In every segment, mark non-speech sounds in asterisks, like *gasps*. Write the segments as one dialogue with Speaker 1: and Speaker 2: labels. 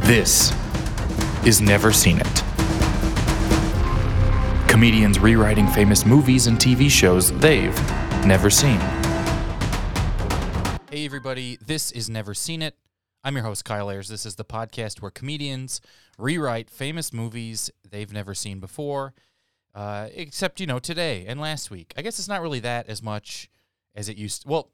Speaker 1: this is Never Seen It. Comedians rewriting famous movies and TV shows they've never seen.
Speaker 2: Hey, everybody, this is Never Seen It. I'm your host, Kyle Ayers. This is the podcast where comedians rewrite famous movies they've never seen before, uh, except, you know, today and last week. I guess it's not really that as much as it used Well,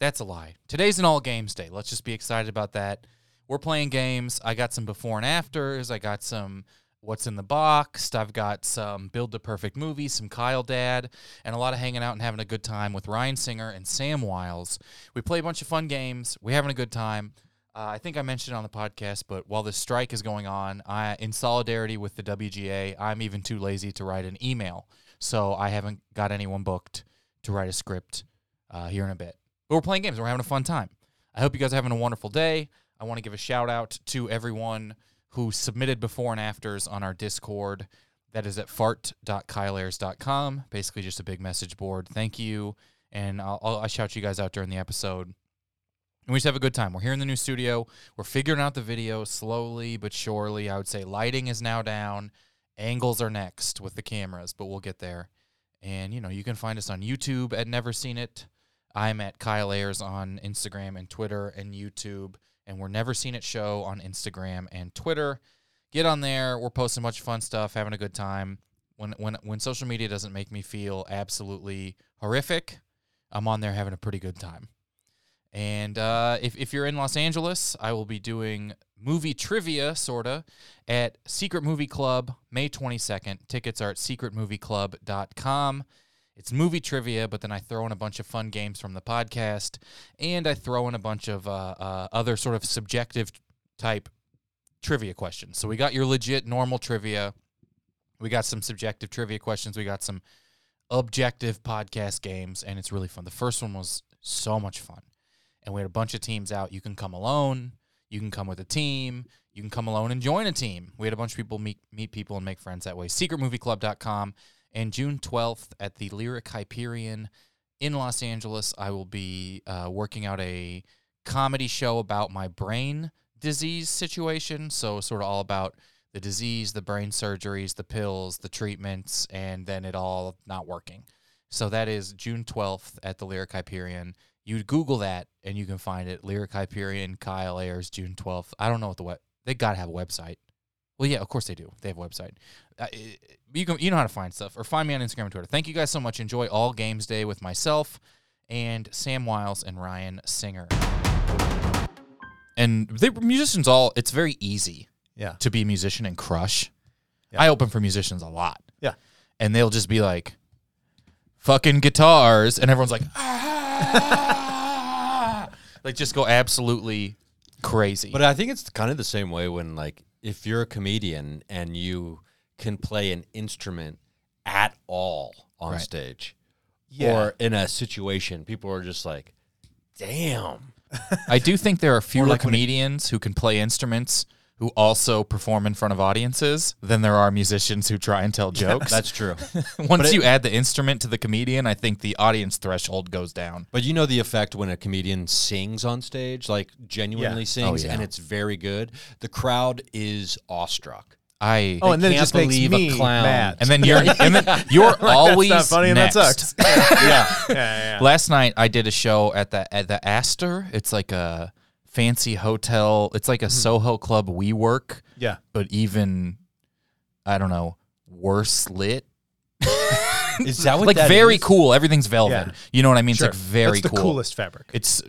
Speaker 2: that's a lie. Today's an all games day. Let's just be excited about that. We're playing games. I got some before and afters. I got some what's in the box. I've got some build the perfect movie, some Kyle Dad, and a lot of hanging out and having a good time with Ryan Singer and Sam Wiles. We play a bunch of fun games. We're having a good time. Uh, I think I mentioned it on the podcast, but while this strike is going on, I, in solidarity with the WGA, I'm even too lazy to write an email. So I haven't got anyone booked to write a script uh, here in a bit. But we're playing games. We're having a fun time. I hope you guys are having a wonderful day. I want to give a shout out to everyone who submitted before and afters on our Discord. That is at fart.kyleairs.com. Basically, just a big message board. Thank you. And I'll, I'll, I'll shout you guys out during the episode. And we just have a good time. We're here in the new studio. We're figuring out the video slowly but surely. I would say lighting is now down. Angles are next with the cameras, but we'll get there. And you know, you can find us on YouTube at Never Seen It. I'm at Kyle Ayers on Instagram and Twitter and YouTube. And we're Never Seen It Show on Instagram and Twitter. Get on there. We're posting a bunch of fun stuff, having a good time. When when when social media doesn't make me feel absolutely horrific, I'm on there having a pretty good time. And uh, if, if you're in Los Angeles, I will be doing movie trivia, sort of, at Secret Movie Club, May 22nd. Tickets are at secretmovieclub.com. It's movie trivia, but then I throw in a bunch of fun games from the podcast, and I throw in a bunch of uh, uh, other sort of subjective type trivia questions. So we got your legit normal trivia. We got some subjective trivia questions. We got some objective podcast games, and it's really fun. The first one was so much fun, and we had a bunch of teams out. You can come alone. You can come with a team. You can come alone and join a team. We had a bunch of people meet meet people and make friends that way. Secretmovieclub.com. And June 12th at the Lyric Hyperion in Los Angeles, I will be uh, working out a comedy show about my brain disease situation. So, sort of all about the disease, the brain surgeries, the pills, the treatments, and then it all not working. So, that is June 12th at the Lyric Hyperion. You Google that and you can find it. Lyric Hyperion, Kyle Ayers, June 12th. I don't know what the web, they got to have a website. Well, yeah, of course they do. They have a website. Uh, i- you can you know how to find stuff, or find me on Instagram and Twitter. Thank you guys so much. Enjoy all games day with myself and Sam Wiles and Ryan Singer. And they musicians all. It's very easy
Speaker 3: Yeah.
Speaker 2: to be a musician and crush.
Speaker 3: Yeah.
Speaker 2: I open for musicians a lot,
Speaker 3: Yeah.
Speaker 2: and they'll just be like, "Fucking guitars," and everyone's like, "Ah!" like just go absolutely crazy.
Speaker 3: But I think it's kind of the same way when like if you're a comedian and you can play an instrument at all on
Speaker 2: Right.
Speaker 3: stage
Speaker 4: Yeah.
Speaker 3: or in a situation, people are just like, "Damn."
Speaker 2: I do think there are fewer comedians who can play instruments who also perform in front of audiences than there are musicians who try and
Speaker 4: *laughs*
Speaker 2: tell jokes. *laughs*
Speaker 3: That's true.
Speaker 2: Once you add the instrument to the comedian, I think the audience threshold goes down.
Speaker 3: but you know the effect when a comedian sings on stage, like genuinely
Speaker 4: Oh,
Speaker 3: sings
Speaker 2: yeah.
Speaker 3: and it's very good, the crowd is awestruck.
Speaker 2: I
Speaker 4: Oh, and then it
Speaker 3: can't
Speaker 4: just makes
Speaker 3: believe a
Speaker 4: me
Speaker 3: clown.
Speaker 4: mad.
Speaker 2: *laughs* and then you're and then you're always
Speaker 4: That's not funny,
Speaker 2: next.
Speaker 4: and that sucks. *laughs* yeah. yeah, yeah,
Speaker 2: Last night I did a show at the at the Astor. It's like a fancy hotel. It's
Speaker 4: Mm-hmm.
Speaker 2: like a Soho Club we work,
Speaker 4: Yeah.
Speaker 2: but even I don't know, worse lit.
Speaker 3: Is that what
Speaker 2: like
Speaker 3: that
Speaker 2: very
Speaker 3: is?
Speaker 2: cool. Everything's velvet.
Speaker 4: Yeah.
Speaker 2: You know what I mean?
Speaker 4: Sure.
Speaker 2: It's like very
Speaker 4: That's the
Speaker 2: cool.
Speaker 4: coolest fabric. *laughs*
Speaker 2: It's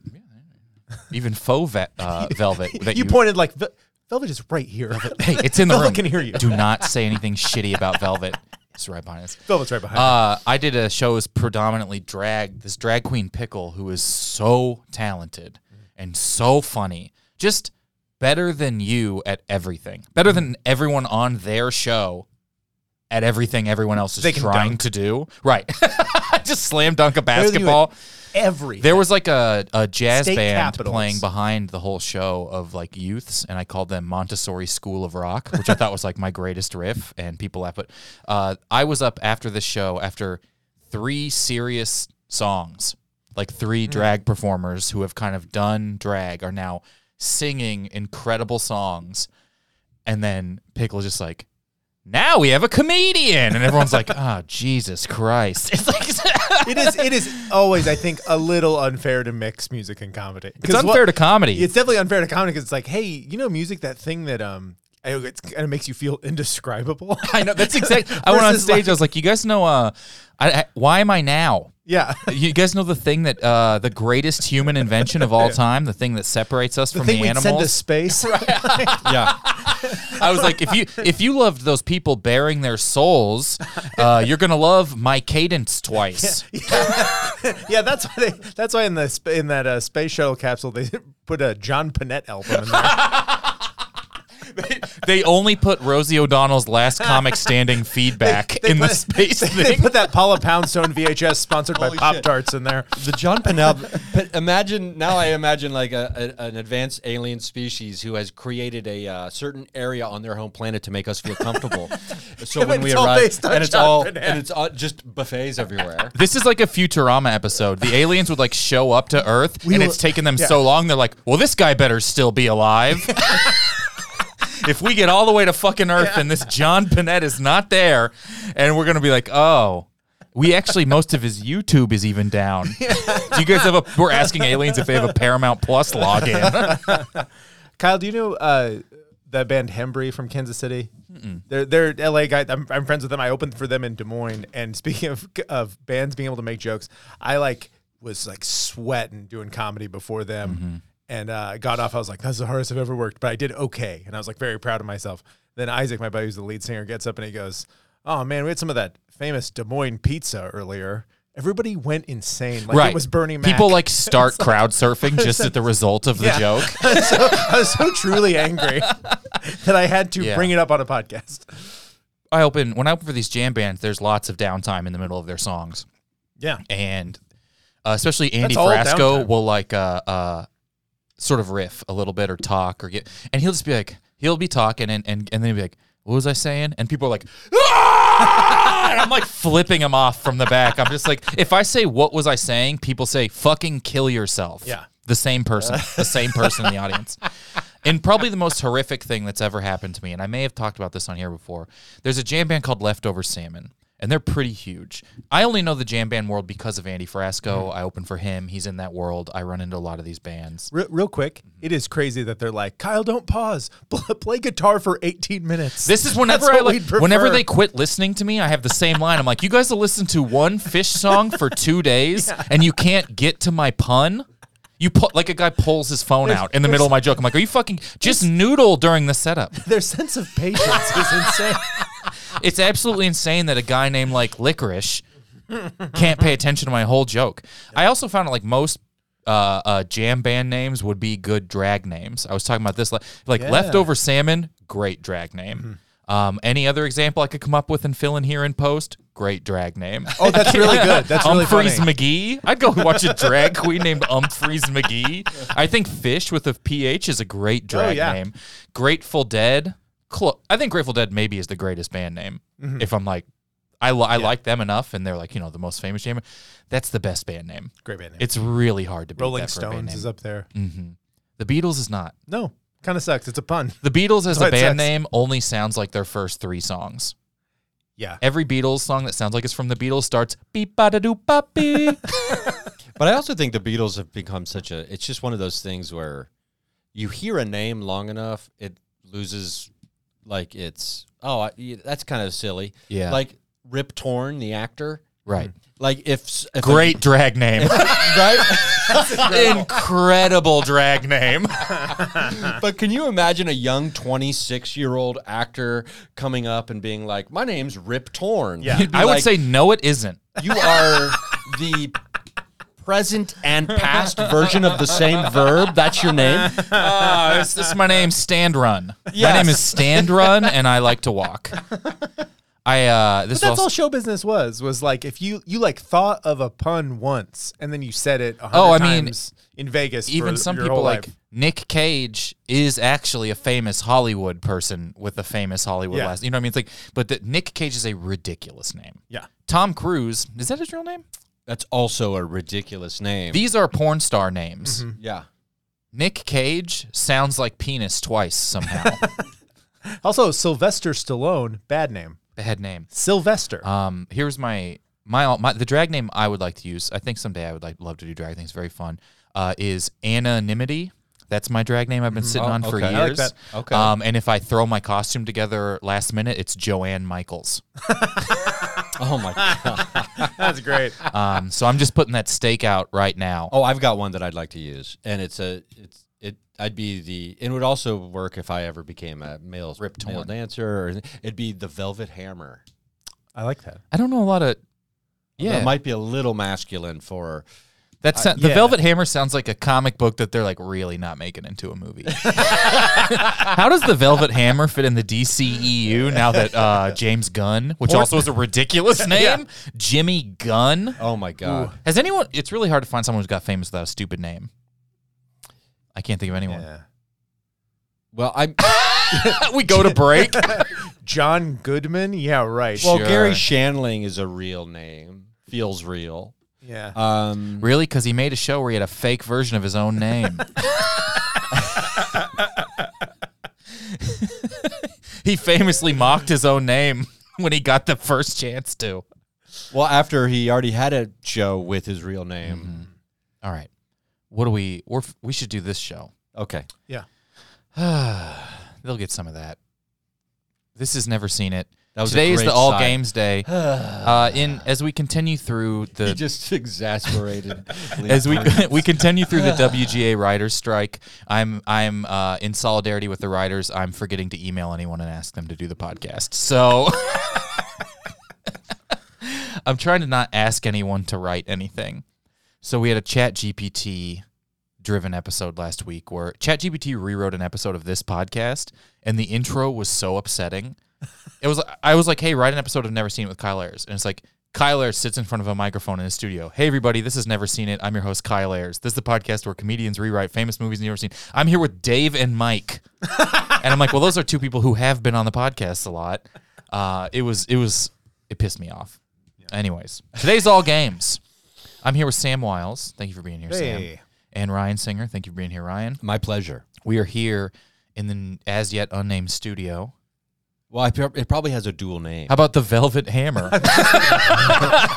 Speaker 2: even faux ve- uh, velvet. that
Speaker 4: you, pointed like "Vel- velvet is right here.
Speaker 2: *laughs* Hey, it's in the
Speaker 4: *laughs* Velvet
Speaker 2: room.
Speaker 4: can hear you.
Speaker 2: Do not say anything shitty about velvet. It's right behind us.
Speaker 4: Velvet's right behind. you.
Speaker 2: Uh, I did a show is predominantly drag. This drag queen Pickle, who is so talented and so funny, just better than you at everything. Better than everyone on their show at everything everyone else is
Speaker 4: They can
Speaker 2: trying
Speaker 4: dunk.
Speaker 2: to do. Right? *laughs* just slam dunk a
Speaker 4: Better than you at
Speaker 2: basketball.
Speaker 4: Everything. *laughs*
Speaker 2: There was like a, a jazz
Speaker 4: State
Speaker 2: band
Speaker 4: capitals.
Speaker 2: playing behind the whole show of like youths, and I called them Montessori School of Rock, which I thought was like my greatest riff. And people laugh, but uh, I was up after this show after three serious songs, like three
Speaker 4: Mm.
Speaker 2: drag performers who have kind of done drag are now singing incredible songs, and then Pickle just like. Now we have a comedian, and everyone's like, *laughs* "Oh, Jesus
Speaker 4: *laughs*
Speaker 2: Christ!" It's like
Speaker 4: it is it is always I think a little unfair to mix music and comedy.
Speaker 2: It's unfair to comedy.
Speaker 4: It's definitely unfair to comedy because it's like, hey, you know, music that thing that um, it kind of makes you feel indescribable.
Speaker 2: *laughs* I know that's exactly. I went on
Speaker 4: Versus,
Speaker 2: stage.
Speaker 4: like-
Speaker 2: I was like, "You guys know, uh, I, I, why am I now?
Speaker 4: yeah,
Speaker 2: You guys know the thing that uh, the greatest human invention
Speaker 4: *laughs*
Speaker 2: of all time, the thing that separates us
Speaker 4: the
Speaker 2: from
Speaker 4: thing
Speaker 2: the
Speaker 4: we send to
Speaker 2: animals." *laughs*
Speaker 4: space.
Speaker 3: Yeah.
Speaker 2: I was like, "If you if you loved those people bearing their souls, uh, you're gonna love my cadence
Speaker 4: *laughs*
Speaker 2: twice."
Speaker 4: yeah, that's why they, that's why in the sp- in that uh, space shuttle capsule they *laughs* put a John Panette album in there.
Speaker 2: They only put Rosie O'Donnell's last comic standing feedback
Speaker 4: They
Speaker 2: in the
Speaker 4: put-
Speaker 2: space
Speaker 4: *laughs* they, they
Speaker 2: thing.
Speaker 4: put that Paula Poundstone VHS sponsored by
Speaker 3: Holy
Speaker 4: Pop
Speaker 3: shit.
Speaker 4: Tarts in there.
Speaker 3: The
Speaker 4: *laughs*
Speaker 3: John Penel. but imagine now. I imagine like a, a, an advanced alien species who has created a uh, certain area on their home planet to make us feel comfortable.
Speaker 4: *laughs*
Speaker 3: so
Speaker 4: Yeah,
Speaker 3: when
Speaker 4: but
Speaker 3: we
Speaker 4: it's all
Speaker 3: arrive,
Speaker 4: based on
Speaker 3: and it's
Speaker 4: John
Speaker 3: all
Speaker 4: Panette.
Speaker 3: and it's all just
Speaker 4: *laughs*
Speaker 3: buffets everywhere.
Speaker 2: This is like a Futurama episode. The aliens would like show up to Earth, and
Speaker 4: will-
Speaker 2: it's taken them
Speaker 4: yeah.
Speaker 2: so long. They're like, "Well, this guy better still be
Speaker 4: *laughs*
Speaker 2: alive." if we get all the way to fucking Earth and this John Panette is not there, and we're gonna be like, "Oh, we actually most of his YouTube is even down."
Speaker 4: *laughs*
Speaker 2: Do you guys have a? We're asking aliens if they have a Paramount Plus
Speaker 4: *laughs*
Speaker 2: login.
Speaker 4: Kyle, do you know uh, that band Hembry from Kansas City? They're they're LA guy. I'm, I'm friends with them. I opened for them in Des Moines. And speaking of of bands being able to make jokes, I like was like sweating doing comedy before them.
Speaker 2: Mm-hmm.
Speaker 4: And uh, I got off. I was like, "That's the hardest I've ever worked," but I did okay, and I was like very proud of myself. Then Isaac, my buddy, who's the lead singer, gets up and he goes, "Oh man, we had some of that famous Des Moines pizza earlier. Everybody went insane. Like
Speaker 2: right?
Speaker 4: it was Bernie Mac.
Speaker 2: People like
Speaker 4: *laughs*
Speaker 2: start crowd surfing just at the result of the
Speaker 4: Yeah.
Speaker 2: joke.
Speaker 4: I was *laughs* so, I was so truly angry *laughs* that I had to
Speaker 2: Yeah.
Speaker 4: bring it up on a podcast.
Speaker 2: I open when I open for these jam bands. There's lots of downtime in the middle of their songs.
Speaker 4: Yeah.
Speaker 2: and uh, especially Andy
Speaker 4: That's all
Speaker 2: Frasco
Speaker 4: downtime.
Speaker 2: will like uh, uh, sort of riff a little bit or talk or get, and he'll just be like, he'll be talking and and, and then he'll be like, what was I saying? And people are like, "Ah!" and I'm like flipping him off from the back. I'm just like, if I say what was I saying, people say fucking kill yourself.
Speaker 4: Yeah.
Speaker 2: the same person, the same person in the audience. And probably the most horrific thing that's ever happened to me, and I may have talked about this on here before. There's a jam band called Leftover Salmon, and they're pretty huge. I only know the jam band world because of Andy Frasco.
Speaker 4: Mm-hmm.
Speaker 2: I open for him, he's in that world. I run into a lot of these bands.
Speaker 4: Real, real quick, it is crazy that they're like, Kyle, don't pause. *laughs* Pl- Play guitar for 18 minutes.
Speaker 2: This is whenever
Speaker 4: That's
Speaker 2: I
Speaker 4: what
Speaker 2: like,
Speaker 4: we'd prefer.
Speaker 2: whenever they quit listening to me, I have the same line. I'm like, you guys will listen to one fish song for *laughs* two days, and you can't get to my pun. You put like a guy pulls his phone out in the middle of my joke. I'm like, are you fucking just noodle during the setup?
Speaker 4: Their sense of patience *laughs* is insane.
Speaker 2: it's absolutely insane that a guy named like Licorice can't pay attention to my whole joke. I also found out like most uh, uh, jam band names would be good drag names. I was talking about this like, like leftover salmon, great drag name.
Speaker 4: Mm-hmm.
Speaker 2: Um, any other example I could come up with and fill in here in post? Great drag name.
Speaker 4: Oh,
Speaker 2: *laughs*
Speaker 4: that's really good. That's really
Speaker 2: Humphreys
Speaker 4: funny.
Speaker 2: McGee. I'd go watch a drag queen named Humphreys McGee. I think Fish with a PH is a great drag
Speaker 4: Oh, yeah.
Speaker 2: name. Grateful Dead. Cl- I think Grateful Dead maybe is the greatest band name.
Speaker 4: Mm-hmm.
Speaker 2: If I'm like, I, li- I like them enough, and they're like you know the most famous jam. That's the best band name.
Speaker 4: Great band name.
Speaker 2: It's really hard to beat
Speaker 4: Rolling
Speaker 2: that for a band
Speaker 4: Stones
Speaker 2: name. Mm-hmm.
Speaker 4: is up there.
Speaker 2: the Beatles is not.
Speaker 4: No, kind of sucks. It's a pun.
Speaker 2: The Beatles as
Speaker 4: why
Speaker 2: a
Speaker 4: it
Speaker 2: band
Speaker 4: sucks.
Speaker 2: name only sounds like their first three songs.
Speaker 4: Yeah.
Speaker 2: Every Beatles song that sounds like it's from the Beatles starts beep ba da doo ba bee.
Speaker 4: *laughs*
Speaker 3: But I also think the Beatles have become such a. It's just one of those things where you hear a name long enough, it loses like it's oh I, yeah, that's kind of silly.
Speaker 2: Yeah.
Speaker 3: like Rip Torn, the actor.
Speaker 2: Right.
Speaker 3: Like if, s- if a-
Speaker 1: Great drag
Speaker 4: *laughs*
Speaker 1: name.
Speaker 3: *laughs* right?
Speaker 1: Incredible drag name.
Speaker 3: but can you imagine a young 26 year old actor coming up and being like, "My name's Rip Torn."
Speaker 4: Yeah.
Speaker 3: You'd be
Speaker 2: I would
Speaker 3: like,
Speaker 2: say no, it isn't.
Speaker 3: you are the present and past version of the same verb. That's your name.
Speaker 2: Uh, this, this is my name, Stand Run.
Speaker 3: Yes.
Speaker 2: My name is Stand Run, and I like to walk. I uh, this
Speaker 4: But that's
Speaker 2: also,
Speaker 4: all show business was was like if you you like thought of a pun once and then you said it. a
Speaker 2: Oh,
Speaker 4: hundred
Speaker 2: I mean,
Speaker 4: times in Vegas, for
Speaker 2: even some
Speaker 4: your
Speaker 2: people
Speaker 4: whole
Speaker 2: like
Speaker 4: life.
Speaker 2: Nick Cage is actually a famous Hollywood person with a famous Hollywood
Speaker 4: Yeah.
Speaker 2: last. You know what I mean? It's like, but the, Nick Cage is a ridiculous name.
Speaker 4: yeah,
Speaker 2: Tom Cruise is that his real name?
Speaker 3: That's also a ridiculous name.
Speaker 2: These are porn star names.
Speaker 3: yeah.
Speaker 2: Nick Cage sounds like penis twice somehow.
Speaker 4: Also, Sylvester Stallone, bad name.
Speaker 2: Bad name.
Speaker 4: Sylvester.
Speaker 2: Um, here's my, my my the drag name I would like to use. I think someday I would like love to do drag. I think it's very fun. Uh, is anonymity. That's my drag name. I've been sitting on for
Speaker 3: Mm-hmm. Oh, okay. I
Speaker 2: years.
Speaker 3: like that. Okay.
Speaker 2: Um, and if I throw my costume together last minute, it's Joanne Michaels.
Speaker 3: Oh my god.
Speaker 4: *laughs* That's great.
Speaker 2: Um, so I'm just putting that stake out right now.
Speaker 3: *laughs* Oh, I've got one that I'd like to use, and it's a it's it. I'd be the. It would also work if I ever became a male rip male dancer. Or, it'd be the Velvet Hammer.
Speaker 4: I like that.
Speaker 2: I don't know a lot of.
Speaker 3: Yeah,
Speaker 2: Yeah,
Speaker 3: it might be a little masculine for.
Speaker 2: that's the
Speaker 4: Uh, yeah.
Speaker 2: Velvet Hammer sounds like a comic book that they're like really not making into a movie. *laughs* How does the Velvet Hammer fit in the DCEU now that uh, James Gunn, which also is a
Speaker 4: *laughs*
Speaker 2: ridiculous name, Jimmy Gunn?
Speaker 3: Oh my god.
Speaker 2: Has anyone? It's really hard to find someone who's got famous without a stupid name. I can't think of anyone.
Speaker 4: Yeah.
Speaker 3: Well, I'm.
Speaker 2: *laughs* we go to
Speaker 4: *laughs*
Speaker 2: break.
Speaker 4: John Goodman. Yeah, right.
Speaker 3: Well,
Speaker 2: Sure.
Speaker 3: Gary Shanling is a real name. Feels real.
Speaker 4: yeah.
Speaker 3: Um,
Speaker 2: really? Because he made a show where he had a fake version of his own name.
Speaker 3: *laughs*
Speaker 2: he famously mocked his own name *laughs* when he got the first chance to.
Speaker 3: well, after he already had a show with his real name.
Speaker 2: All right. What do we? We're, f- we should do this show.
Speaker 3: Okay.
Speaker 4: yeah.
Speaker 2: They'll get some of that. This has never seen it.
Speaker 3: That was a
Speaker 2: Today is
Speaker 3: great
Speaker 2: the all
Speaker 3: sigh.
Speaker 2: games
Speaker 3: *sighs*
Speaker 2: day. uh, in as we continue through
Speaker 3: He
Speaker 2: the
Speaker 3: just *laughs* exasperated.
Speaker 2: as we *laughs* we continue through the WGA writers strike, I'm I'm uh, in solidarity with the writers. I'm forgetting to email anyone and ask them to do the podcast. So *laughs* I'm trying to not ask anyone to write anything. So we had a Chat GPT driven episode last week where ChatGPT rewrote an episode of this podcast, and the intro was so upsetting. It was I was like, hey, write an episode of Never Seen It with Kyle Ayers, and it's like Kyle Ayers sits in front of a microphone in a studio. Hey, everybody, this is Never Seen It. I'm your host Kyle Ayers. This is the podcast where comedians rewrite famous movies you've never seen. I'm here with Dave and Mike, and I'm like, well, those are two people who have been on the podcast a lot. Uh, it was it was it pissed me off. Anyways, today's all games. I'm here with Sam Wiles. Thank you for being here, Sam.
Speaker 4: Hey.
Speaker 2: And Ryan Singer. Thank you for being here, Ryan.
Speaker 3: My pleasure.
Speaker 2: We are here in the as yet unnamed studio.
Speaker 3: Well, I, prob- it probably has a dual name.
Speaker 2: How about the Velvet Hammer?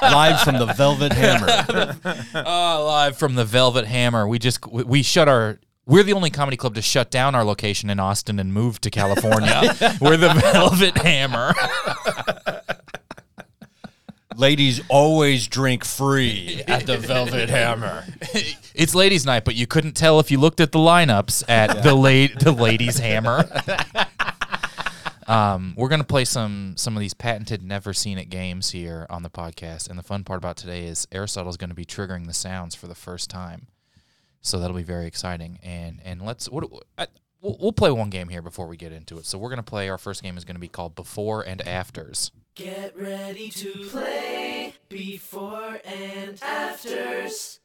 Speaker 3: Live from the *laughs* Velvet Hammer.
Speaker 2: Uh, live from the Velvet Hammer. We just we- we shut our. We're the only comedy club to shut down our location in Austin and move to California. *laughs* we're the Velvet Hammer.
Speaker 3: Ladies always drink *laughs* free at the Velvet Hammer.
Speaker 2: it's ladies' night, but you couldn't tell if you looked at the lineups at the late the ladies' hammer. um, we're gonna play some some of these patented never seen it games here on the podcast, and the fun part about today is Aristotle's going to be triggering the sounds for the first time, so that'll be very exciting. And and let's what I, we'll, we'll play one game here before we get into it. So we're gonna play our first game is going to be called Before and Afters.
Speaker 5: Get ready to play before and afters.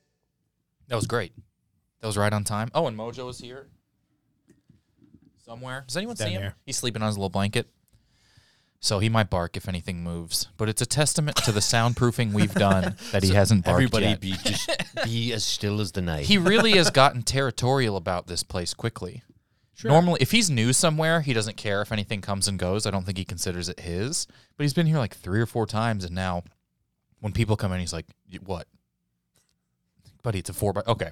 Speaker 2: That was great. That was right on time. Oh, and Mojo is here somewhere. Does anyone see him?
Speaker 4: here.
Speaker 2: He's sleeping on his little blanket. So he might bark if anything moves, but it's a testament to the soundproofing we've done that he hasn't barked
Speaker 3: Everybody
Speaker 2: yet.
Speaker 3: be just be as still as the night.
Speaker 2: he really has gotten territorial about this place quickly. Normally, if he's new somewhere, he doesn't care if anything comes and goes. I don't think he considers it his. But he's been here like three or four times, and now when people come in, he's like, "Y- "What, buddy? It's a four by okay."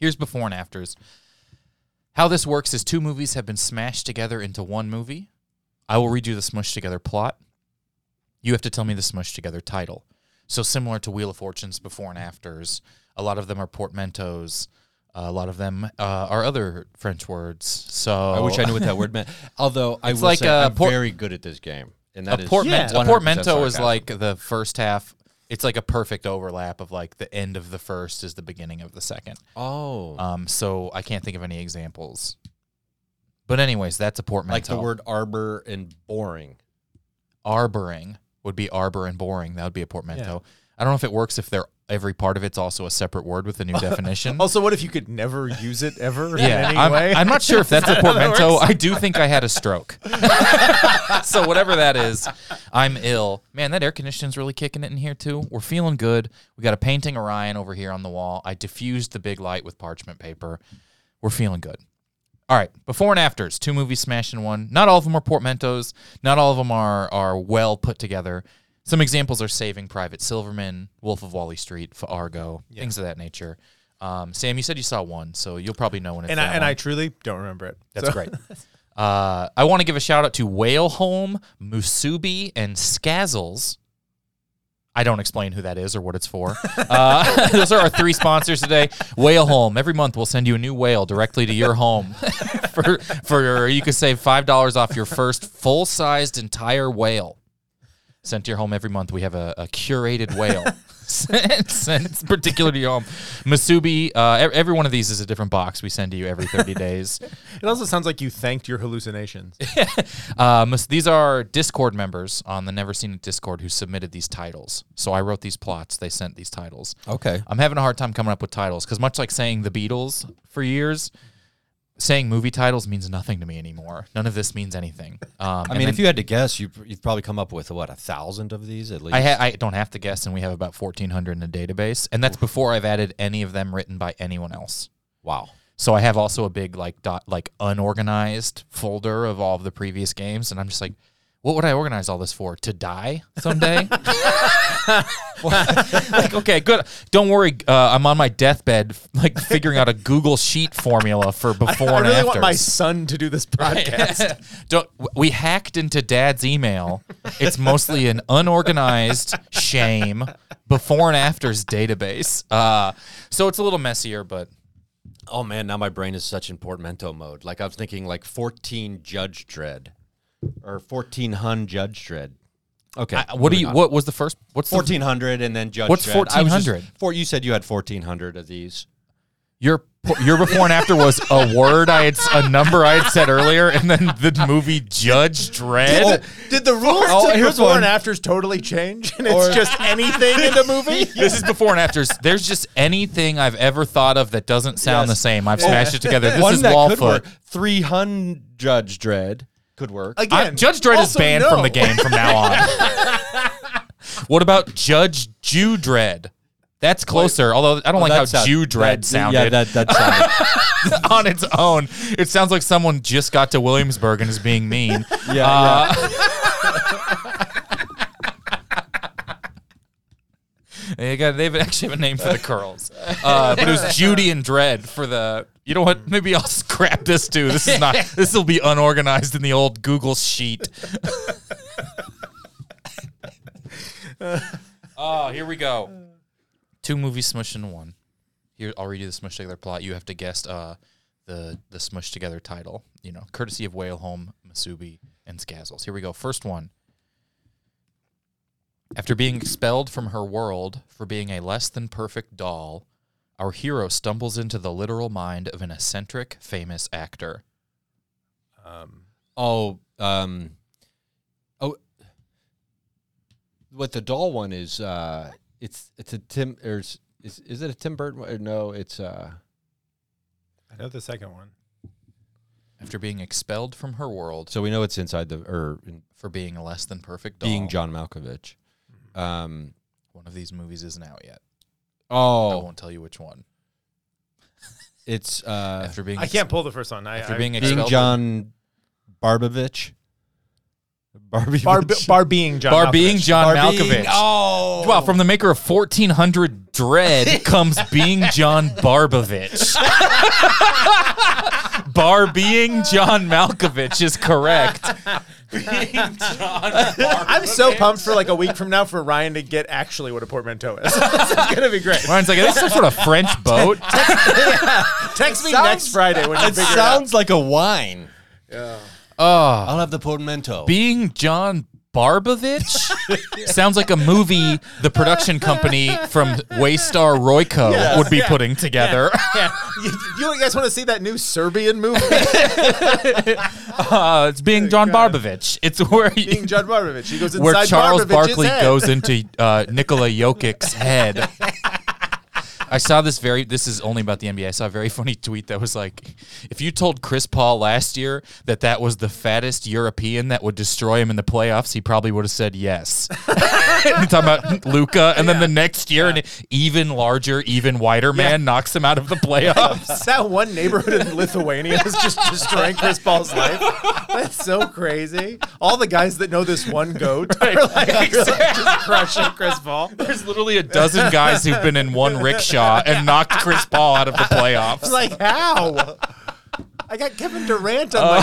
Speaker 2: Here's before and afters. How this works is two movies have been smashed together into one movie. I will read you the smushed together plot. You have to tell me the smushed together title. So similar to Wheel of Fortunes before and afters, a lot of them are portmanteaus. A lot of them uh, are other French words. So
Speaker 3: I wish I knew what that word meant. *laughs* Although I
Speaker 2: It's
Speaker 3: will
Speaker 2: like
Speaker 3: say
Speaker 2: a
Speaker 3: I'm
Speaker 2: por-
Speaker 3: very good at this game, and
Speaker 2: a
Speaker 3: that is
Speaker 2: portmanteau, a
Speaker 3: 100%
Speaker 2: portmanteau is
Speaker 3: sarcasm.
Speaker 2: like the first half. It's like a perfect overlap of like the end of the first is the beginning of the second.
Speaker 3: oh,
Speaker 2: Um, so I can't think of any examples. But anyways, that's a portmanteau.
Speaker 3: like the word arbor and boring.
Speaker 2: arboring would be arbor and boring. That would be a portmanteau. I don't know if it works if they're every part of it's also a separate word
Speaker 3: *laughs*
Speaker 2: with a new definition.
Speaker 4: Also, what if you could never use it ever in
Speaker 2: *laughs* yeah,
Speaker 4: any
Speaker 2: I'm,
Speaker 4: way?
Speaker 2: I'm not sure if
Speaker 3: *laughs*
Speaker 2: that's a portmanteau. I do think I had a stroke. *laughs* so whatever that is, I'm ill. Man, that air conditioning's really kicking it in here too. We're feeling good. We got a painting Orion over here on the wall. I diffused the big light with parchment paper. We're feeling good. All right, before and afters, two movies smashed in one. Not all of them are portmanteaus. Not all of them are are well put together. Some examples are Saving Private Silverman, Wolf of Wally Street, Fargo, things of that nature. Um, Sam, you said you saw one, so you'll probably know when it's
Speaker 4: and
Speaker 2: that
Speaker 4: I, and
Speaker 2: one.
Speaker 4: I truly don't remember it.
Speaker 2: That's
Speaker 4: So-
Speaker 2: great. Uh, I want to give a shout out to Whale Home, Musubi, and Scazzles. I don't explain who that is or what it's for. Uh, *laughs* those are our three sponsors today. Whale Home. Every month we'll send you a new whale directly to your home. for for you can save five dollars off your first full sized entire whale sent to your home every month. We have a, a curated whale sent, sent particular to your home. Masubi. Uh, ev- every one of these is a different box. We send to you every thirty days.
Speaker 4: It also sounds like you thanked your hallucinations.
Speaker 2: Um, these are Discord members on the Never Seen It Discord who submitted these titles. So I wrote these plots. They sent these titles.
Speaker 3: Okay,
Speaker 2: I'm having a hard time coming up with titles because much like saying the Beatles for years, saying movie titles means nothing to me anymore. None of this means anything. Um,
Speaker 3: I mean, if you had to guess, you you've probably come up with what a thousand of these at least.
Speaker 2: I, ha- I don't have to guess, and we have about 1,400 in a database, and that's before I've added any of them written by anyone else.
Speaker 3: wow.
Speaker 2: So I have also a big like dot like unorganized folder of all of the previous games, and I'm just like, what would I organize all this for? To die
Speaker 4: *laughs*
Speaker 2: someday? *laughs* like, okay, good. Don't worry, uh, I'm on my deathbed, like figuring out a Google sheet formula for before
Speaker 4: I
Speaker 2: and
Speaker 4: really
Speaker 2: after.
Speaker 4: want my son to do
Speaker 2: *laughs*
Speaker 4: this podcast.
Speaker 2: Don't we hacked into Dad's email? It's mostly an unorganized shame before and afters database. Uh, so it's a little messier, but
Speaker 3: Oh man, now my brain is such in portmanteau mode. Like I'm thinking like 14 Judge Dread or 14 Hun Judge Dread. Okay.
Speaker 2: I- what do
Speaker 3: moving
Speaker 2: you?
Speaker 3: on.
Speaker 2: What was the first? What's the-
Speaker 3: 1400 and then Judge
Speaker 2: What's
Speaker 3: Dredd. I was just-
Speaker 2: 1400?
Speaker 3: Four, you said you had 1400 of these.
Speaker 2: Your po- your before and after was a word I had s- a number I had said earlier, and then the movie Judge Dredd.
Speaker 4: Did the rules
Speaker 3: Oh,
Speaker 4: to
Speaker 3: here's
Speaker 4: before
Speaker 3: one.
Speaker 4: and afters totally change? *laughs* And it's just anything in the movie?
Speaker 2: *laughs* This is before and afters. There's just anything I've ever thought of that doesn't sound the same. I've smashed it together. This
Speaker 3: One
Speaker 2: is
Speaker 3: that
Speaker 2: Wallfoot.
Speaker 3: could work. 300 Judge Dread could work.
Speaker 2: I-
Speaker 4: Again,
Speaker 2: Uh, Judge Dredd is
Speaker 4: also
Speaker 2: banned
Speaker 4: no.
Speaker 2: from the game from now on.
Speaker 3: *laughs*
Speaker 2: what about Judge Jew Dredd? That's closer, although I don't like how
Speaker 3: That sound-
Speaker 2: Jew Dredd
Speaker 3: that-
Speaker 2: sounded
Speaker 3: Yeah, that, that *laughs*
Speaker 2: *laughs*
Speaker 3: sounded.
Speaker 2: on its own. It sounds like someone just got to Williamsburg and is being mean.
Speaker 3: yeah, yeah.
Speaker 2: They got, they've actually have a name for the curls, uh, but it was Judy and Dread for the. You know what? Maybe I'll scrap this too. This is not. This will be unorganized in the old Google sheet. oh, here we go. Two movies smushed into one. Here, I'll read you the smushed together plot. You have to guess uh, the the smushed together title. You know, courtesy of Whale Home, Masubi, and Scazzles. Here we go. First one. After being expelled from her world for being a less than perfect doll, our hero stumbles into the literal mind of an eccentric, famous actor.
Speaker 3: Oh, um, oh, what the doll one is? Uh, it's it's a Tim or is, is is it a Tim Burton? one? No, it's uh.
Speaker 4: I know the second one.
Speaker 2: After being expelled from her world
Speaker 3: So we know it's inside the or in
Speaker 2: for being a less than perfect doll,
Speaker 3: being John Malkovich. Um.
Speaker 2: one of these movies isn't out yet. I
Speaker 3: Oh,
Speaker 2: won't tell you which one.
Speaker 3: it's uh.
Speaker 2: After being
Speaker 4: I can't pull the first one. I,
Speaker 2: after
Speaker 4: I,
Speaker 2: being
Speaker 3: Being
Speaker 2: expelled
Speaker 3: John Barbovich. Barbie.
Speaker 4: bar, bar being John.
Speaker 2: bar
Speaker 4: Malkovich. *laughs*
Speaker 2: being John Malkovich.
Speaker 3: Oh.
Speaker 2: Wow, from the maker of 1400 dread comes being John Barbovich. Bar being John Malkovich is correct. Being John Bar-
Speaker 4: I'm so pumped for like a week from now for Ryan to get actually what a portmanteau is. *laughs* it's gonna be great.
Speaker 2: Ryan's like, is this some sort of French boat?
Speaker 4: Text me
Speaker 3: Sounds-
Speaker 4: next Friday when you
Speaker 3: It
Speaker 4: figure
Speaker 3: sounds like a wine.
Speaker 2: Oh.
Speaker 3: I'll have the portmanteau.
Speaker 2: being John Barbovich sounds like a movie the production company from Waystar Royco would be putting together.
Speaker 4: it out. You, you guys want to see that new Serbian movie?
Speaker 2: *laughs* Uh, it's being John Barbovich. It's where you-
Speaker 4: Being John Barbovich, he goes inside
Speaker 2: where Charles
Speaker 4: Barbovich's
Speaker 2: Barkley
Speaker 4: head.
Speaker 2: goes into uh, Nikola Jokic's
Speaker 4: *laughs*
Speaker 2: head. I saw this very. This is only about the NBA. I saw a very funny tweet that was like, if you told Chris Paul last year that that was the fattest European that would destroy him in the playoffs, he probably would have said yes. *laughs* You're talking about Luca, and then the next year, an even larger, even wider man knocks him out of the
Speaker 4: *laughs*
Speaker 2: playoffs.
Speaker 4: That one neighborhood in Lithuania is just destroying Chris Paul's life. That's so crazy. All the guys that know this one goat are *laughs* like really just crushing Chris Paul.
Speaker 2: There's literally a dozen guys who've been in one rickshaw and knocked Chris Paul out of the playoffs.
Speaker 4: It's *laughs* like how? I got Kevin Durant on my
Speaker 3: *laughs*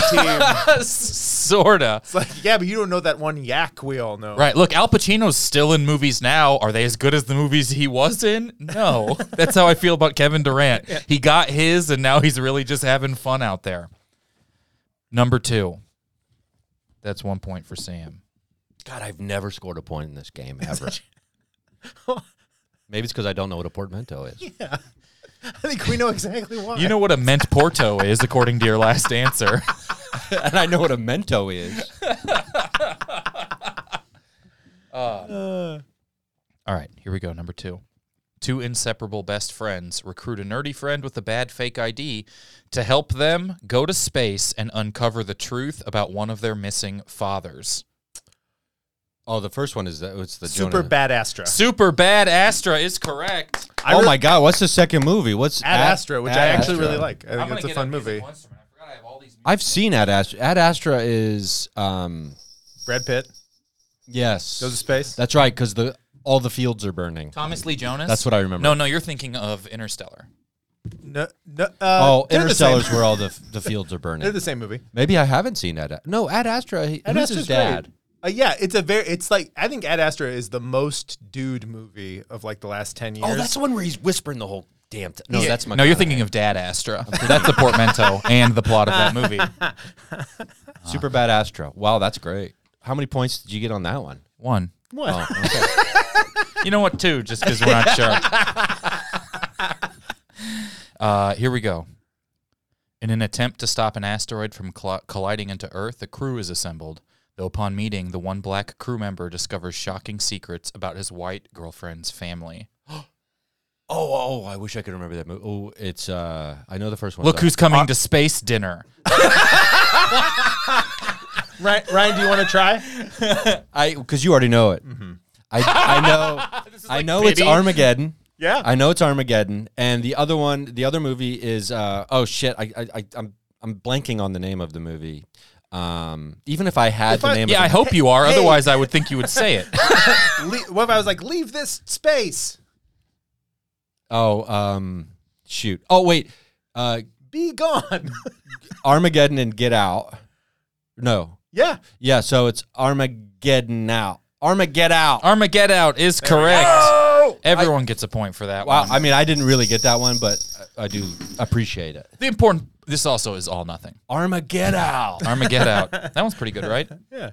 Speaker 3: Oh.
Speaker 2: *laughs*
Speaker 4: team.
Speaker 2: Sorta.
Speaker 4: It's like, yeah, but you don't know that one yak we all know. *laughs*
Speaker 2: Right. Look, Al Pacino's still in movies now. Are they as good as the movies he was in?
Speaker 4: *laughs*
Speaker 2: No. That's how I feel about Kevin Durant. He got his, and now he's really just having fun out there. Number two. That's one point for Sam.
Speaker 3: God, I've never scored a point in this *laughs* game ever. Maybe it's because I don't know what a portmanteau is.
Speaker 4: I think we know exactly why.
Speaker 2: You know what a ment porto is, according to your last answer.
Speaker 3: *laughs* and I know what a mento is.
Speaker 2: All right, here we go. Number two. Two inseparable best friends recruit a nerdy friend with a bad fake ID to help them go to space and uncover the truth about one of their missing fathers.
Speaker 3: Oh, the first one is that it's the
Speaker 4: super
Speaker 3: Jonah-
Speaker 4: bad Astra.
Speaker 2: Super Bad Astra is correct.
Speaker 3: Oh my God, what's the second movie? What's
Speaker 4: Ad Astra, which
Speaker 3: Ad
Speaker 4: I actually
Speaker 3: Astra.
Speaker 4: really like. I think it's a fun movie.
Speaker 3: I've seen Ad Astra. Ad Astra is um
Speaker 4: Brad Pitt
Speaker 3: yes.
Speaker 4: goes to space.
Speaker 3: That's right, because the all the fields are burning.
Speaker 2: Thomas Lee Jonas.
Speaker 3: That's what I remember.
Speaker 2: No, no, you're thinking of Interstellar.
Speaker 4: No, no, uh,
Speaker 3: oh,
Speaker 4: they're the
Speaker 3: Interstellar's
Speaker 4: same-
Speaker 3: where all the
Speaker 4: *laughs*
Speaker 3: the fields are burning.
Speaker 4: They're the same movie.
Speaker 3: Maybe I haven't seen Ad. No, Ad Astra. He,
Speaker 4: Ad
Speaker 3: who's
Speaker 4: Astra's
Speaker 3: his dad?
Speaker 4: great. Uh, yeah, it's a very. It's like I think Ad Astra is the most dude movie of like the last ten years.
Speaker 3: Oh, that's the one where he's whispering the whole damn. T- no, that's my.
Speaker 2: No, you're thinking of Dad Astra. That's the portmanteau and the plot of that *laughs* movie.
Speaker 4: Ah.
Speaker 3: Super Bad Astra. Wow, that's great. How many points did you get on that one? Oh,
Speaker 2: One.
Speaker 4: what?
Speaker 2: You know what? Two, just because we're not
Speaker 3: *laughs*
Speaker 2: sure. Uh, here we go. In an attempt to stop an asteroid from cl- colliding into Earth, a crew is assembled. Though upon meeting, the one black crew member discovers shocking secrets about his white girlfriend's family.
Speaker 3: Oh, oh, I wish I could remember that movie. Oh, it's uh, I know
Speaker 2: *laughs*
Speaker 3: the first one.
Speaker 2: Look who's coming to space
Speaker 3: *laughs*
Speaker 2: dinner.
Speaker 4: Ryan, Ryan, do you want to try?
Speaker 3: *laughs*
Speaker 4: Mm-hmm.
Speaker 3: I because you already know it. I
Speaker 4: *laughs*
Speaker 3: I know I know it's
Speaker 2: pity.
Speaker 3: Armageddon.
Speaker 4: Yeah.
Speaker 3: I know it's Armageddon, and the other one, the other movie is uh, oh shit, I, I I I'm I'm blanking on the name of the movie. Um, even if I had the
Speaker 4: I-
Speaker 3: name,
Speaker 2: Yeah, I
Speaker 3: of
Speaker 2: hope you are. Otherwise, I would think you would say
Speaker 3: *laughs*
Speaker 2: it.
Speaker 4: Le- what if I was like, leave this space,
Speaker 3: the, oh um, shoot, oh wait, uh,
Speaker 4: be gone. *laughs*
Speaker 3: Armageddon and Get Out. No,
Speaker 4: yeah,
Speaker 3: yeah, so it's Armageddon out. Armageddon out.
Speaker 2: Armageddon out is correct. Everyone gets a point for that
Speaker 3: Wow,
Speaker 2: one.
Speaker 3: I mean, I didn't really get that one, but I I do appreciate it.
Speaker 2: the important. This also is all nothing.
Speaker 3: Armageddon.
Speaker 2: Armageddon
Speaker 4: *laughs*
Speaker 2: out. That one's pretty good, right?
Speaker 4: yeah.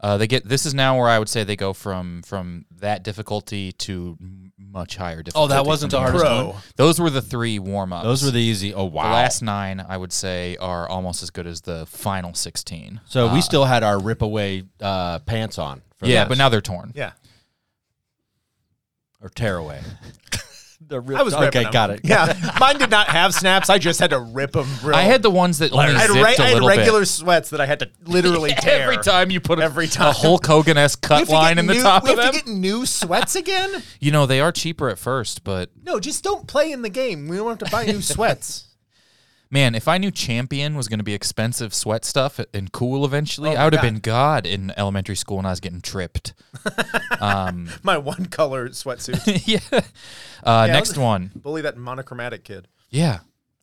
Speaker 2: Uh, they get this is now where I would say they go from from that difficulty to m- much higher
Speaker 3: Oh,
Speaker 2: difficulty.
Speaker 3: that wasn't the hardest
Speaker 4: Pro.
Speaker 3: one.
Speaker 2: Those were the three warm ups.
Speaker 3: Those were the easy. Oh wow.
Speaker 2: The last nine, I would say, are almost as good as the final sixteen.
Speaker 3: so we still had our rip away uh, pants on. For
Speaker 2: yeah,
Speaker 3: this.
Speaker 2: but now they're torn.
Speaker 4: Yeah.
Speaker 3: or tear away. *laughs* the rip-
Speaker 4: I was ripping
Speaker 3: okay.
Speaker 4: them.
Speaker 3: Got it.
Speaker 4: Yeah, mine did not have snaps. I just had to rip them. Real.
Speaker 2: I had the ones that only
Speaker 4: I had,
Speaker 2: zipped
Speaker 4: re- I
Speaker 2: a
Speaker 4: had
Speaker 2: little
Speaker 4: regular
Speaker 2: bit.
Speaker 4: sweats that I had to literally tear
Speaker 2: *laughs* Every time you put a,
Speaker 4: Every
Speaker 2: *laughs* a
Speaker 4: time.
Speaker 2: Hulk Hogan
Speaker 4: *laughs*
Speaker 2: esque
Speaker 4: We
Speaker 2: cut
Speaker 4: have to get
Speaker 2: line in the
Speaker 4: new-
Speaker 2: top
Speaker 4: we
Speaker 2: of
Speaker 4: have
Speaker 2: them.
Speaker 4: to get new sweats again.
Speaker 2: You know they are cheaper at first, but *laughs*
Speaker 4: No, just don't play in the game. We don't have to buy new sweats.
Speaker 2: Man, if I knew Champion was going to be expensive sweat stuff and cool eventually,
Speaker 4: Oh my
Speaker 2: I would have
Speaker 4: God.
Speaker 2: been God in elementary school and I was getting tripped. *laughs*
Speaker 4: My one color sweatsuit.
Speaker 2: yeah. Uh, *laughs*
Speaker 4: Yeah,
Speaker 2: next
Speaker 4: let's-
Speaker 2: one.
Speaker 4: Bully that monochromatic kid.
Speaker 2: Yeah.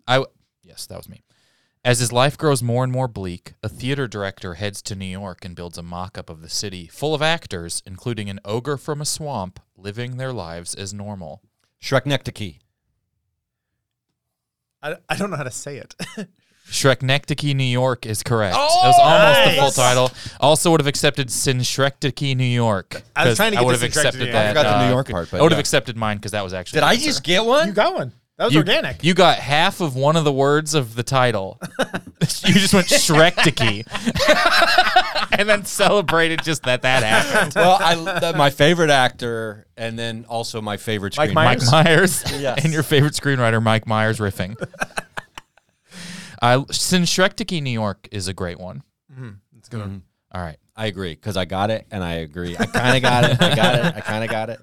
Speaker 2: I w- yes, that was me. As his life grows more and more bleak, a theater director heads to New York and builds a mock-up of the city full of actors, including an ogre from a swamp, living their lives as normal.
Speaker 3: Shreknectiki.
Speaker 4: I, I don't know how to say it. *laughs*
Speaker 2: Shreknectiki, New York is correct. that
Speaker 4: Oh,
Speaker 2: was almost the full title. Also would have accepted Sinshreknectiki, New York.
Speaker 4: I was
Speaker 2: 'cause
Speaker 4: trying to get
Speaker 2: would
Speaker 4: to
Speaker 2: have accepted
Speaker 4: Synchrectiki. I
Speaker 2: that.
Speaker 3: forgot the New York
Speaker 2: uh,
Speaker 3: part, but
Speaker 2: I would have
Speaker 3: yeah.
Speaker 2: accepted mine because that was actually.
Speaker 3: Did I just get one?
Speaker 4: you got one. That was
Speaker 2: You-
Speaker 4: organic.
Speaker 2: You got half of one of the words of the
Speaker 4: *laughs*
Speaker 2: title. you just went
Speaker 3: *laughs*
Speaker 2: Shrekticky. and then celebrated just that that
Speaker 4: *laughs*
Speaker 2: happened.
Speaker 3: well, I, the, my favorite actor, and then also my favorite
Speaker 4: Mike
Speaker 3: screenwriter.
Speaker 4: Myers?
Speaker 2: Mike Myers
Speaker 3: Yes.
Speaker 2: and your favorite screenwriter, Mike Myers,
Speaker 4: *laughs*
Speaker 2: riffing. uh, since Shrekticky, New York is a great one.
Speaker 4: Mm-hmm. It's
Speaker 3: Mm-hmm.
Speaker 4: good.
Speaker 2: All right.
Speaker 3: I agree because I got it, and I agree. I kind of got it. I got it. I kind of got it.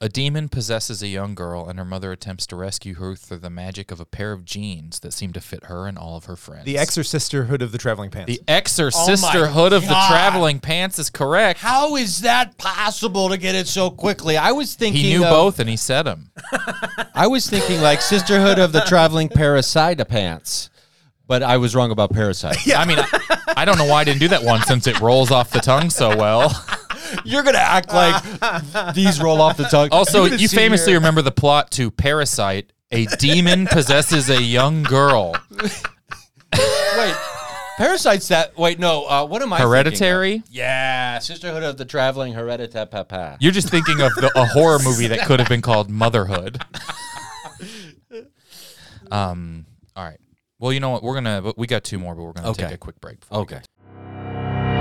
Speaker 2: A demon possesses a young girl, and her mother attempts to rescue her through the magic of a pair of jeans that seem to fit her and all of her friends.
Speaker 4: The exorcisterhood of the traveling pants.
Speaker 2: The Exor Sisterhood of the
Speaker 3: Oh God.
Speaker 2: Traveling Pants is correct.
Speaker 3: How is that possible to get it so quickly? I was thinking
Speaker 2: he knew
Speaker 3: of-
Speaker 2: both and he said them.
Speaker 3: I was thinking like Sisterhood of the Traveling Parasita Pants, but I was wrong about *laughs* Parasite.
Speaker 2: I mean, I, I don't know why I didn't do that one since it rolls off the tongue so well.
Speaker 3: You're gonna act like these roll off the tongue.
Speaker 2: Also,
Speaker 3: You're gonna
Speaker 2: you
Speaker 3: see
Speaker 2: famously
Speaker 3: your-
Speaker 2: remember the plot to Parasite. A demon possesses a young girl.
Speaker 3: wait. Parasites that wait no. Uh, what am I? thinking of?
Speaker 2: Hereditary?
Speaker 3: Yeah, Sisterhood of the Traveling Hereditary Papa.
Speaker 2: You're just thinking of the, a horror
Speaker 3: *laughs*
Speaker 2: movie that could have been called Motherhood. Um. All right. Well, you know what? We're gonna. but We got two more, but we're gonna take
Speaker 3: Okay.
Speaker 2: a quick break. before we
Speaker 3: Okay.
Speaker 2: get-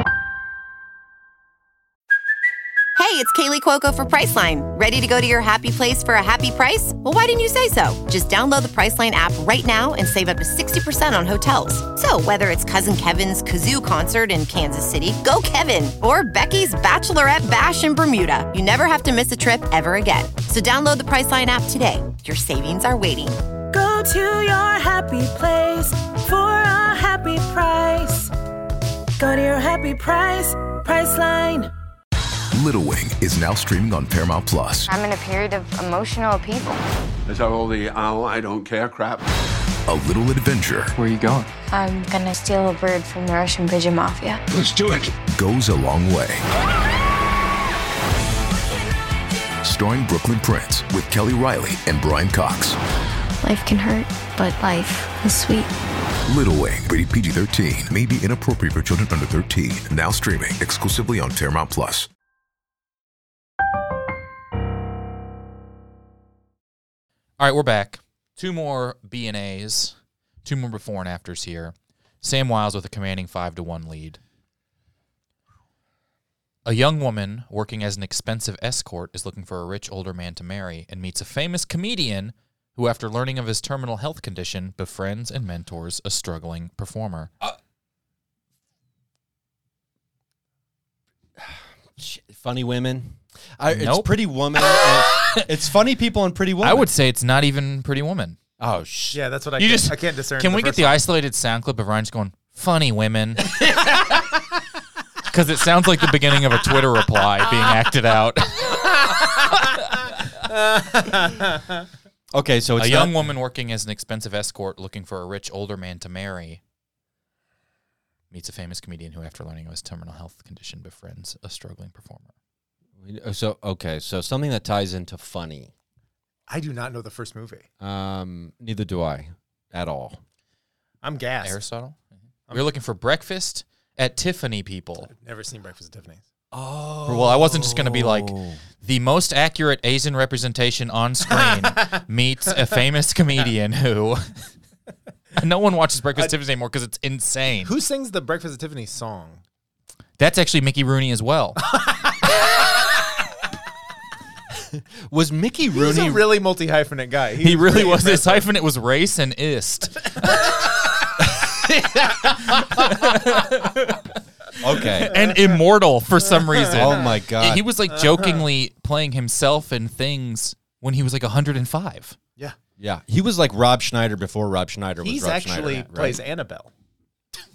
Speaker 6: Hey, it's Kaylee Cuoco for Priceline. Ready to go to your happy place for a happy price? Well, why didn't you say so? Just download the Priceline app right now and save up to 60% on hotels. So, whether it's Cousin Kevin's Kazoo concert in Kansas City, go Kevin, or Becky's Bachelorette Bash in Bermuda, you never have to miss a trip ever again. So, download the Priceline app today. Your savings are waiting.
Speaker 5: Go to your happy place for a happy price. Go to your happy price, Priceline.
Speaker 7: Little Wing is now streaming on Paramount Plus.
Speaker 8: I'm in a period of emotional upheaval.
Speaker 9: It's all the oh, I don't care crap.
Speaker 7: A little adventure
Speaker 1: Where are you going?
Speaker 8: I'm gonna steal a bird from the Russian pigeon mafia.
Speaker 9: Let's do it.
Speaker 7: goes a long way. Starring Brooklyn Prince with Kelly Riley and Brian Cox.
Speaker 8: Life can hurt, but life is sweet.
Speaker 7: Little Wing, rated PG 13, may be inappropriate for children under 13. Now streaming exclusively on Paramount Plus.
Speaker 2: All right, we're back. Two more B and A's. Two more before and afters here. Sam Wiles with a commanding five to one lead. A young woman working as an expensive escort is looking for a rich older man to marry and meets a famous comedian who, after learning of his terminal health condition, befriends and mentors a struggling performer.
Speaker 3: Sh- Funny women. I, It's
Speaker 2: Nope.
Speaker 3: Pretty Woman. and it's funny people and Pretty Woman.
Speaker 2: I would say it's not even Pretty Woman.
Speaker 3: Oh shit.
Speaker 4: yeah, that's what I.
Speaker 2: you
Speaker 4: can't-
Speaker 2: just
Speaker 4: I can't discern.
Speaker 2: Can we
Speaker 4: first
Speaker 2: get the
Speaker 4: one.
Speaker 2: isolated sound clip of Ryan just going funny women? *laughs* Because it sounds like the beginning of a Twitter reply being acted out.
Speaker 4: *laughs*
Speaker 3: Okay, so it's
Speaker 2: a young
Speaker 3: not-
Speaker 2: woman working as an expensive escort looking for a rich older man to marry meets a famous comedian who, after learning of his terminal health condition, befriends a struggling performer.
Speaker 3: So okay, so something that ties into funny.
Speaker 4: I do not know the first movie.
Speaker 3: Um, neither do I at all.
Speaker 4: I'm gassed.
Speaker 2: Aristotle.
Speaker 4: Mm-hmm.
Speaker 2: We are looking for breakfast at Tiffany. People.
Speaker 4: Never seen Breakfast at Tiffany's.
Speaker 2: Well, I wasn't just going to be like
Speaker 4: Oh.
Speaker 2: the most accurate Asian representation on
Speaker 4: *laughs*
Speaker 2: screen meets a famous comedian who *laughs* no one watches Breakfast at Tiffany's anymore because it's insane.
Speaker 4: Who sings the Breakfast at Tiffany's song?
Speaker 2: That's actually Mickey Rooney as
Speaker 4: *laughs*
Speaker 2: well.
Speaker 3: Was Mickey
Speaker 4: He's
Speaker 3: Rooney
Speaker 4: a really multi hyphenate guy.
Speaker 2: he really was. His hyphen it was race and ist.
Speaker 3: okay?
Speaker 2: and immortal for
Speaker 4: *laughs*
Speaker 2: some reason.
Speaker 3: *laughs* Oh my
Speaker 2: Yeah,
Speaker 3: god!
Speaker 4: Uh-huh.
Speaker 2: He was like jokingly playing himself in things when he was like 105.
Speaker 4: Yeah.
Speaker 3: Yeah, he was like Rob Schneider before Rob Schneider was
Speaker 4: He's
Speaker 3: Rob
Speaker 4: actually
Speaker 3: Schneider, right?
Speaker 4: plays Annabelle.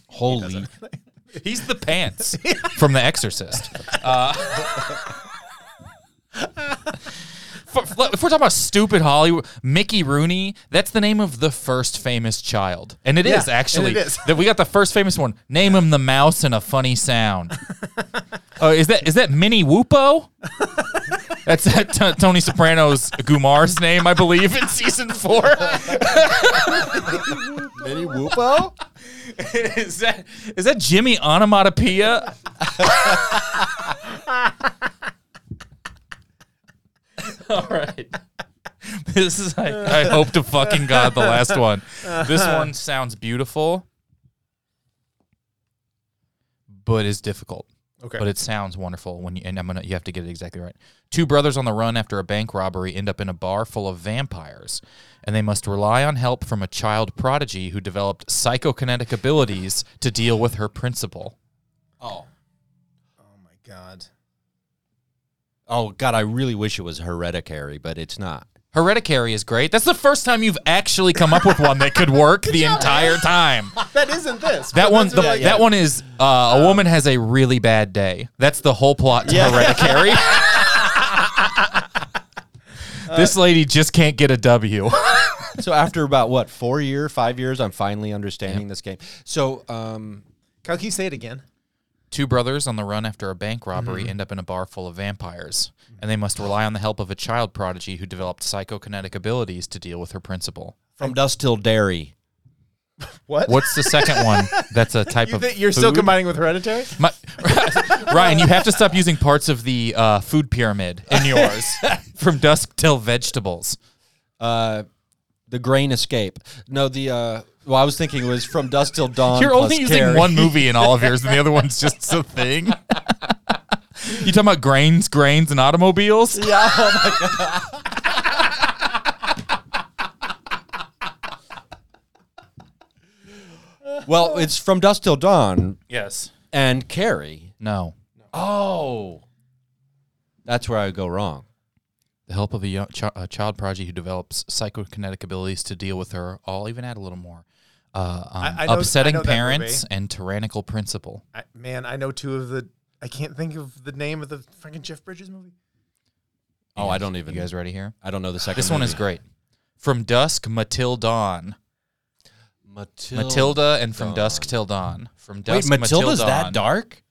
Speaker 3: Holy,
Speaker 2: *laughs* He's the
Speaker 4: *laughs*
Speaker 2: pants from The Exorcist. Uh, *laughs* for- for- if we're talking about stupid Hollywood, Mickey Rooney, that's the name of the first famous child. And it is
Speaker 4: Yeah, and it
Speaker 2: actually.
Speaker 4: is.
Speaker 2: *laughs* That we got the first famous one. Name him the mouse and a funny
Speaker 4: *laughs*
Speaker 2: sound. Oh, is that is that Minnie Whoopo? That's that T- Tony Soprano's Gumar's name, I believe, in season
Speaker 4: *laughs*
Speaker 2: four.
Speaker 3: Minnie Whoopo?
Speaker 2: *laughs* is that is that Jimmy Onomatopoeia? *laughs* All right. This is like, I hope to fucking God the last one. *laughs* This one sounds beautiful, but is difficult.
Speaker 4: Okay.
Speaker 2: But it sounds wonderful when you and I'm gonna you have to get it exactly right. Two brothers on the run after a bank robbery end up in a bar full of vampires, and they must rely on help from a child prodigy who developed psychokinetic abilities to deal with her principal.
Speaker 3: Oh,
Speaker 4: Oh my god.
Speaker 3: oh God! I really wish it was hereditary, but it's not.
Speaker 2: Hereditary is great. That's the first time you've actually come up with one that could work
Speaker 4: *laughs*
Speaker 2: the entire time.
Speaker 4: That Um, isn't this.
Speaker 2: That
Speaker 4: but
Speaker 2: one,
Speaker 4: that's
Speaker 2: the-
Speaker 4: what I-
Speaker 2: that one is uh, a woman has a really bad day. That's the whole plot to
Speaker 4: *laughs*
Speaker 2: Hereditary. this lady just can't get a
Speaker 4: *laughs*
Speaker 2: W.
Speaker 3: So after about what four year, five years, I'm finally understanding this game. So, um,
Speaker 4: Kyle, can you say it again?
Speaker 2: Two brothers on the run after a bank robbery
Speaker 4: Mm-hmm.
Speaker 2: end up in a bar full of vampires, and they must rely on the help of a child prodigy who developed psychokinetic abilities to deal with her principal.
Speaker 3: from dust till dairy.
Speaker 4: What?
Speaker 2: What's the
Speaker 4: *laughs*
Speaker 2: second one? That's a type
Speaker 4: You
Speaker 2: of.
Speaker 4: thi- you're still
Speaker 2: food?
Speaker 4: combining with Hereditary?
Speaker 2: My, *laughs* Ryan, you have to stop using parts of the uh, food pyramid in
Speaker 4: *laughs*
Speaker 2: yours from dusk till vegetables.
Speaker 3: Uh, the grain escape. No, the uh, well, I was thinking it was from
Speaker 4: *laughs*
Speaker 3: dust till dawn.
Speaker 2: You're
Speaker 3: plus
Speaker 2: only using
Speaker 3: carry.
Speaker 2: one movie in all of yours, and the other one's just a
Speaker 3: *laughs*
Speaker 2: thing. you talking about grains, grains, and automobiles?
Speaker 3: Yeah, oh my God. Well, it's from dusk till dawn
Speaker 2: Yes.
Speaker 3: and Carrie.
Speaker 2: No.
Speaker 3: Oh, that's where I go wrong.
Speaker 2: The help of a, young, chi- a child prodigy who develops psychokinetic abilities to deal with her. I'll even add a little more. Uh, um,
Speaker 4: I- I know- I
Speaker 2: upsetting
Speaker 4: know that
Speaker 2: parents and tyrannical principal.
Speaker 4: I, man, I know two of the. I can't think of the name of the freaking Jeff Bridges movie.
Speaker 3: Oh, I don't even.
Speaker 2: You guys ready here?
Speaker 3: I don't know the second.
Speaker 2: This one
Speaker 3: movie.
Speaker 2: is great. From dusk, Matil dawn.
Speaker 3: Matilda.
Speaker 2: Matilda and From
Speaker 3: Dawn.
Speaker 2: Dusk Till Dawn. From
Speaker 3: Wait,
Speaker 2: Dusk
Speaker 3: Matilda's
Speaker 2: Matil
Speaker 3: that
Speaker 2: Dawn.
Speaker 3: dark?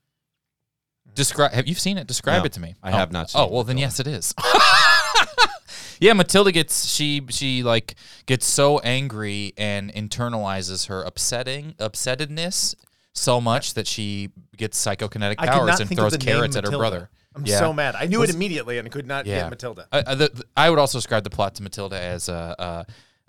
Speaker 2: Describe. Have you seen it? Describe
Speaker 3: No,
Speaker 2: it to me.
Speaker 3: I
Speaker 2: Oh.
Speaker 3: have not seen
Speaker 2: Oh well, then yes, it is. *laughs* yeah, Matilda gets she she like gets so angry and internalizes her upsetting upsettedness so much that she gets psychokinetic
Speaker 4: I could
Speaker 2: powers
Speaker 4: not
Speaker 2: and
Speaker 4: think
Speaker 2: throws
Speaker 4: of the name
Speaker 2: carrots at her
Speaker 4: Matilda.
Speaker 2: brother.
Speaker 4: I'm
Speaker 2: Yeah.
Speaker 4: so mad. I knew it immediately and could not
Speaker 2: Yeah.
Speaker 4: get Matilda.
Speaker 2: I, I, the, I would also describe the plot to Matilda as uh, uh,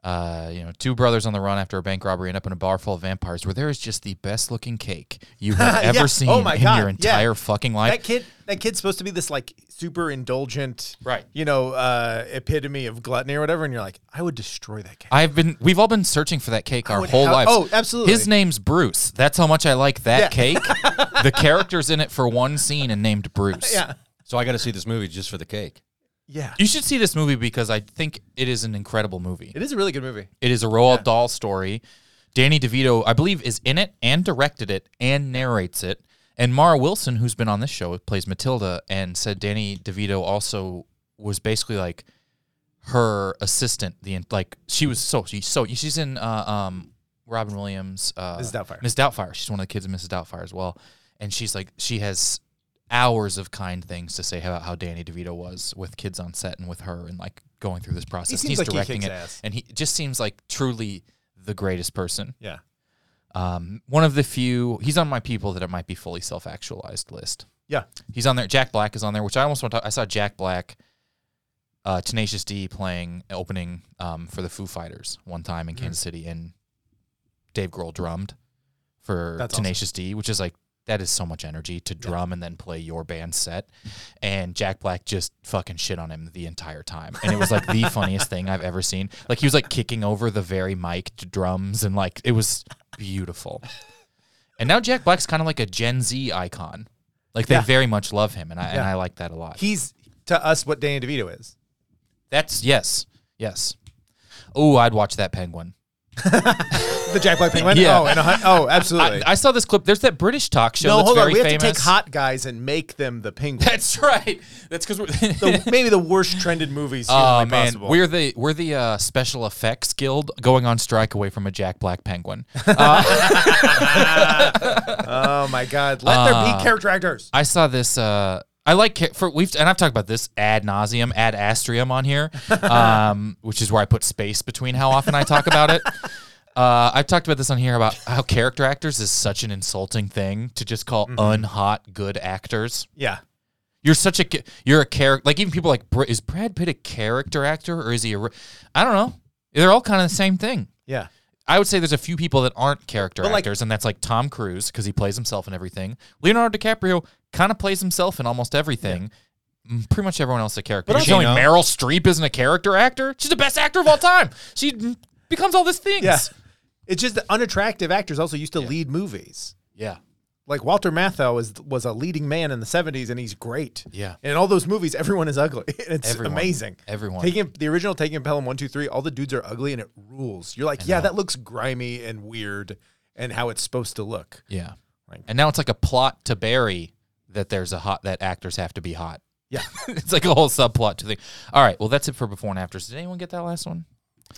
Speaker 2: uh, you know, two brothers on the run after a bank robbery and up in a bar full of vampires where there is just the best looking cake you have
Speaker 4: *laughs* Yeah.
Speaker 2: ever seen
Speaker 4: Oh my
Speaker 2: in
Speaker 4: God.
Speaker 2: your
Speaker 4: Yeah.
Speaker 2: entire fucking life.
Speaker 4: that kid, that kid's supposed to be this like super indulgent,
Speaker 2: Right.
Speaker 4: You know, uh, epitome of gluttony or whatever. And you're like, I would destroy that kid.
Speaker 2: I've been we've all been searching for that cake our
Speaker 4: would
Speaker 2: whole
Speaker 4: have-
Speaker 2: lives.
Speaker 4: oh, absolutely.
Speaker 2: His name's Bruce. That's how much I like that
Speaker 4: Yeah.
Speaker 2: cake.
Speaker 4: *laughs*
Speaker 2: the character's in it for one scene and named Bruce.
Speaker 4: yeah,
Speaker 3: So I got to see this movie just for the cake.
Speaker 4: yeah.
Speaker 2: You should see this movie because I think it is an incredible movie.
Speaker 4: It is a really good movie.
Speaker 2: It is a Roald Dahl story. Danny DeVito, I believe, is in it and directed it and narrates it. And Mara Wilson, who's been on this show, plays Matilda, and said Danny DeVito also was basically like her assistant. The en- like she was so she's so she's in uh, um Robin Williams, uh,
Speaker 4: Mrs. Doubtfire.
Speaker 2: Miss Doubtfire. She's one of the kids in Mrs. Doubtfire as well, and she's like she has hours of kind things to say about how Danny DeVito was with kids on set and with her and like going through this process.
Speaker 4: seems
Speaker 2: He's
Speaker 4: like he
Speaker 2: directing
Speaker 4: kicks
Speaker 2: it,
Speaker 4: ass.
Speaker 2: and he just seems like truly the greatest person.
Speaker 4: Yeah.
Speaker 2: Um, one of the few. He's on my people that it might be fully self-actualized list.
Speaker 4: Yeah.
Speaker 2: He's on there. Jack Black is on there, which I almost want to. I saw Jack Black, uh, Tenacious D playing opening um, for the Foo Fighters one time
Speaker 4: Mm.
Speaker 2: in Kansas City, and Dave Grohl drummed for
Speaker 4: That's awesome.
Speaker 2: Tenacious D, which is like that is so much energy to drum and then play your band set. And Jack Black just fucking shit on him the entire time, and it was like
Speaker 4: *laughs*
Speaker 2: the funniest thing I've ever seen. Like he was like kicking over the very mic to drums, and like it was beautiful. And now Jack Black's kind of like a Gen Z icon. Like they
Speaker 4: Yeah.
Speaker 2: very much love him, and I and
Speaker 4: Yeah.
Speaker 2: I like that a lot.
Speaker 4: He's to us what Danny DeVito is.
Speaker 2: That's yes, yes. Oh, I'd watch that penguin.
Speaker 4: the Jack Black Penguin.
Speaker 2: Yeah.
Speaker 4: Oh, and a, hun- oh, absolutely.
Speaker 2: I, I saw this clip. There's that British talk show.
Speaker 4: no,
Speaker 2: that's
Speaker 4: hold on.
Speaker 2: very
Speaker 4: We have
Speaker 2: famous.
Speaker 4: to take hot guys and make them the penguin.
Speaker 2: *laughs* That's right. That's because we're.
Speaker 4: *laughs* the, maybe the worst trended movies
Speaker 2: *laughs*
Speaker 4: humanly
Speaker 2: Oh man,
Speaker 4: possible.
Speaker 2: we're the we're the uh, special effects guild going on strike away from a Jack Black penguin. Uh,
Speaker 4: oh my god. Let there
Speaker 2: Uh,
Speaker 4: be character actors.
Speaker 2: I saw this. Uh, I like ca- for we've and I've talked about this ad nauseum, ad astrium on here, um, which is where I put space between how often I talk about it. Uh, I've talked about this on here about how character actors is such an insulting thing to just call unhot good actors.
Speaker 4: Yeah.
Speaker 2: You're such a ca- you're a character. Like even people like "Br- is Brad Pitt a character actor or is he a? re-" I don't know. They're all kind of the same thing.
Speaker 4: Yeah.
Speaker 2: I would say there's a few people that aren't character
Speaker 4: But, like-
Speaker 2: actors, and that's like Tom Cruise because he plays himself in everything. Leonardo DiCaprio kind of plays himself in almost everything. Mm, Pretty much everyone else is a character.
Speaker 4: But
Speaker 2: You're telling me
Speaker 4: also-
Speaker 2: Meryl Streep isn't a character actor? She's the best actor of all time. She mm, becomes all these things.
Speaker 4: Yeah. It's just that unattractive actors also used to lead movies.
Speaker 2: Yeah.
Speaker 4: Like Walter Matthau was was a leading man in the 70s and he's great.
Speaker 2: Yeah.
Speaker 4: And in all those movies, everyone is ugly. *laughs* And it's
Speaker 2: Everyone.
Speaker 4: amazing.
Speaker 2: Everyone.
Speaker 4: Taking the original Taking Pelham one, two, three, all the dudes are ugly and it rules. You're like, yeah, that looks grimy and weird and how it's supposed to look.
Speaker 2: Yeah. And now it's like a plot to bury that there's a hot that actors have to be hot.
Speaker 4: Yeah.
Speaker 2: *laughs* it's like a whole subplot to the. All right. Well, that's it for before and afters. Did anyone get that last one?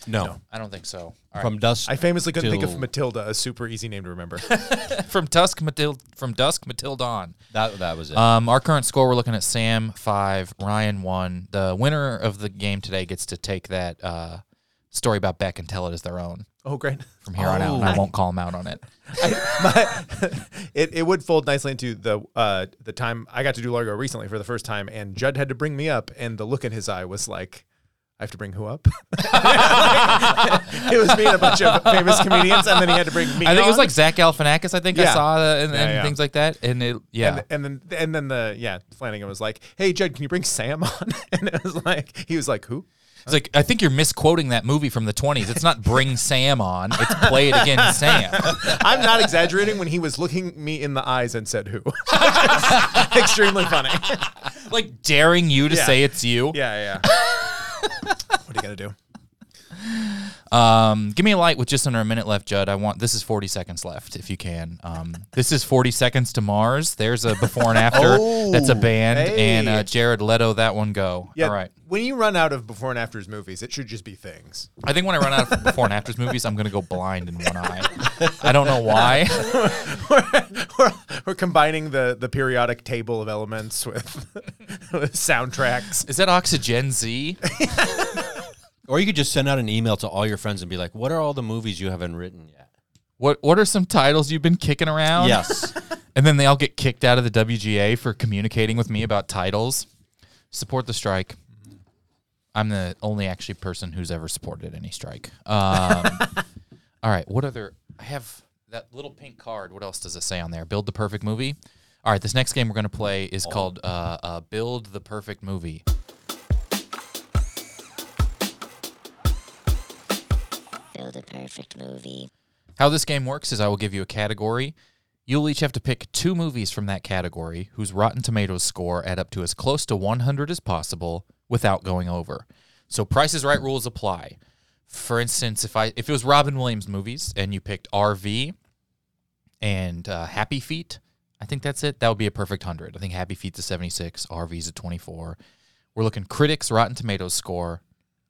Speaker 3: No.
Speaker 2: I don't think so. All right. *laughs*
Speaker 3: From dusk.
Speaker 4: I famously couldn't think of
Speaker 3: till-
Speaker 4: Matilda, a super easy name to remember. *laughs*
Speaker 2: from dusk Matil from dusk Matil dawn.
Speaker 3: that. That was it.
Speaker 2: Um, our current score, we're looking at Sam five, Ryan one. The winner of the game today gets to take that uh, story about Beck and tell it as their own
Speaker 4: oh, great.
Speaker 2: from here on out, and
Speaker 4: Oh.
Speaker 2: I won't call him out on it.
Speaker 4: *laughs* it, it would fold nicely into the uh, the time I got to do Largo recently for the first time, and Judd had to bring me up, and the look in his eye was like, "I have to bring who up?" *laughs* it was me and a bunch of famous comedians, and then he had to bring me.
Speaker 2: I think it was
Speaker 4: on,
Speaker 2: like Zach Galifianakis. I think I
Speaker 4: Yeah.
Speaker 2: saw that and,
Speaker 4: Yeah,
Speaker 2: and
Speaker 4: yeah.
Speaker 2: things like that, and it yeah.
Speaker 4: and, and then and then the yeah Flanagan was like, "Hey Judd, can you bring Sam on?" *laughs* And it was like he was like, "Who?"
Speaker 2: It's like I think you're misquoting that movie from the 20s. It's not Bring Sam on. It's Play It Again Sam. *laughs*
Speaker 4: I'm not exaggerating when he was looking me in the eyes and said, "Who?" *laughs* Extremely funny.
Speaker 2: like daring you to
Speaker 4: Yeah.
Speaker 2: say it's you.
Speaker 4: Yeah, yeah. what are you gonna do?
Speaker 2: Um, give me a light with just under a minute left, Judd. I want this is 40 seconds left, if you can. Um, this is 40 seconds to Mars. There's a before and after. that's a band
Speaker 4: hey.
Speaker 2: and uh, Jared Leto. That one go. All right.
Speaker 4: When you run out of before and afters movies, it should just be things. *laughs*
Speaker 2: I think when I run out of before and afters movies, I'm gonna go blind in one eye. I don't know why.
Speaker 4: we're, we're, we're combining the the periodic table of elements with, *laughs* with soundtracks.
Speaker 2: Is that Oxygen Z?
Speaker 3: or you could just send out an email to all your friends and be like, "What are all the movies you haven't written yet?"
Speaker 2: What What are some titles you've been kicking around?
Speaker 3: Yes.
Speaker 2: *laughs* And then they all get kicked out of the WGA for communicating with me about titles. Support the strike. Mm-hmm. I'm the only actually person who's ever supported any strike. Um, all right. What other? I have that little pink card. What else does it say on there? Build the perfect movie. All right. This next game we're going to play is called uh, uh, Build the Perfect Movie.
Speaker 10: Build a perfect movie.
Speaker 2: How this game works is I will give you a category. You'll each have to pick two movies from that category whose Rotten Tomatoes score add up to as close to 100 as possible without going over. So Price is Right rules apply. For instance, if I if it was Robin Williams movies and you picked RV and uh, Happy Feet, I think that's it. That would be a perfect 100. I think Happy Feet's a 76, RV's a 24. We're looking critics Rotten Tomatoes score.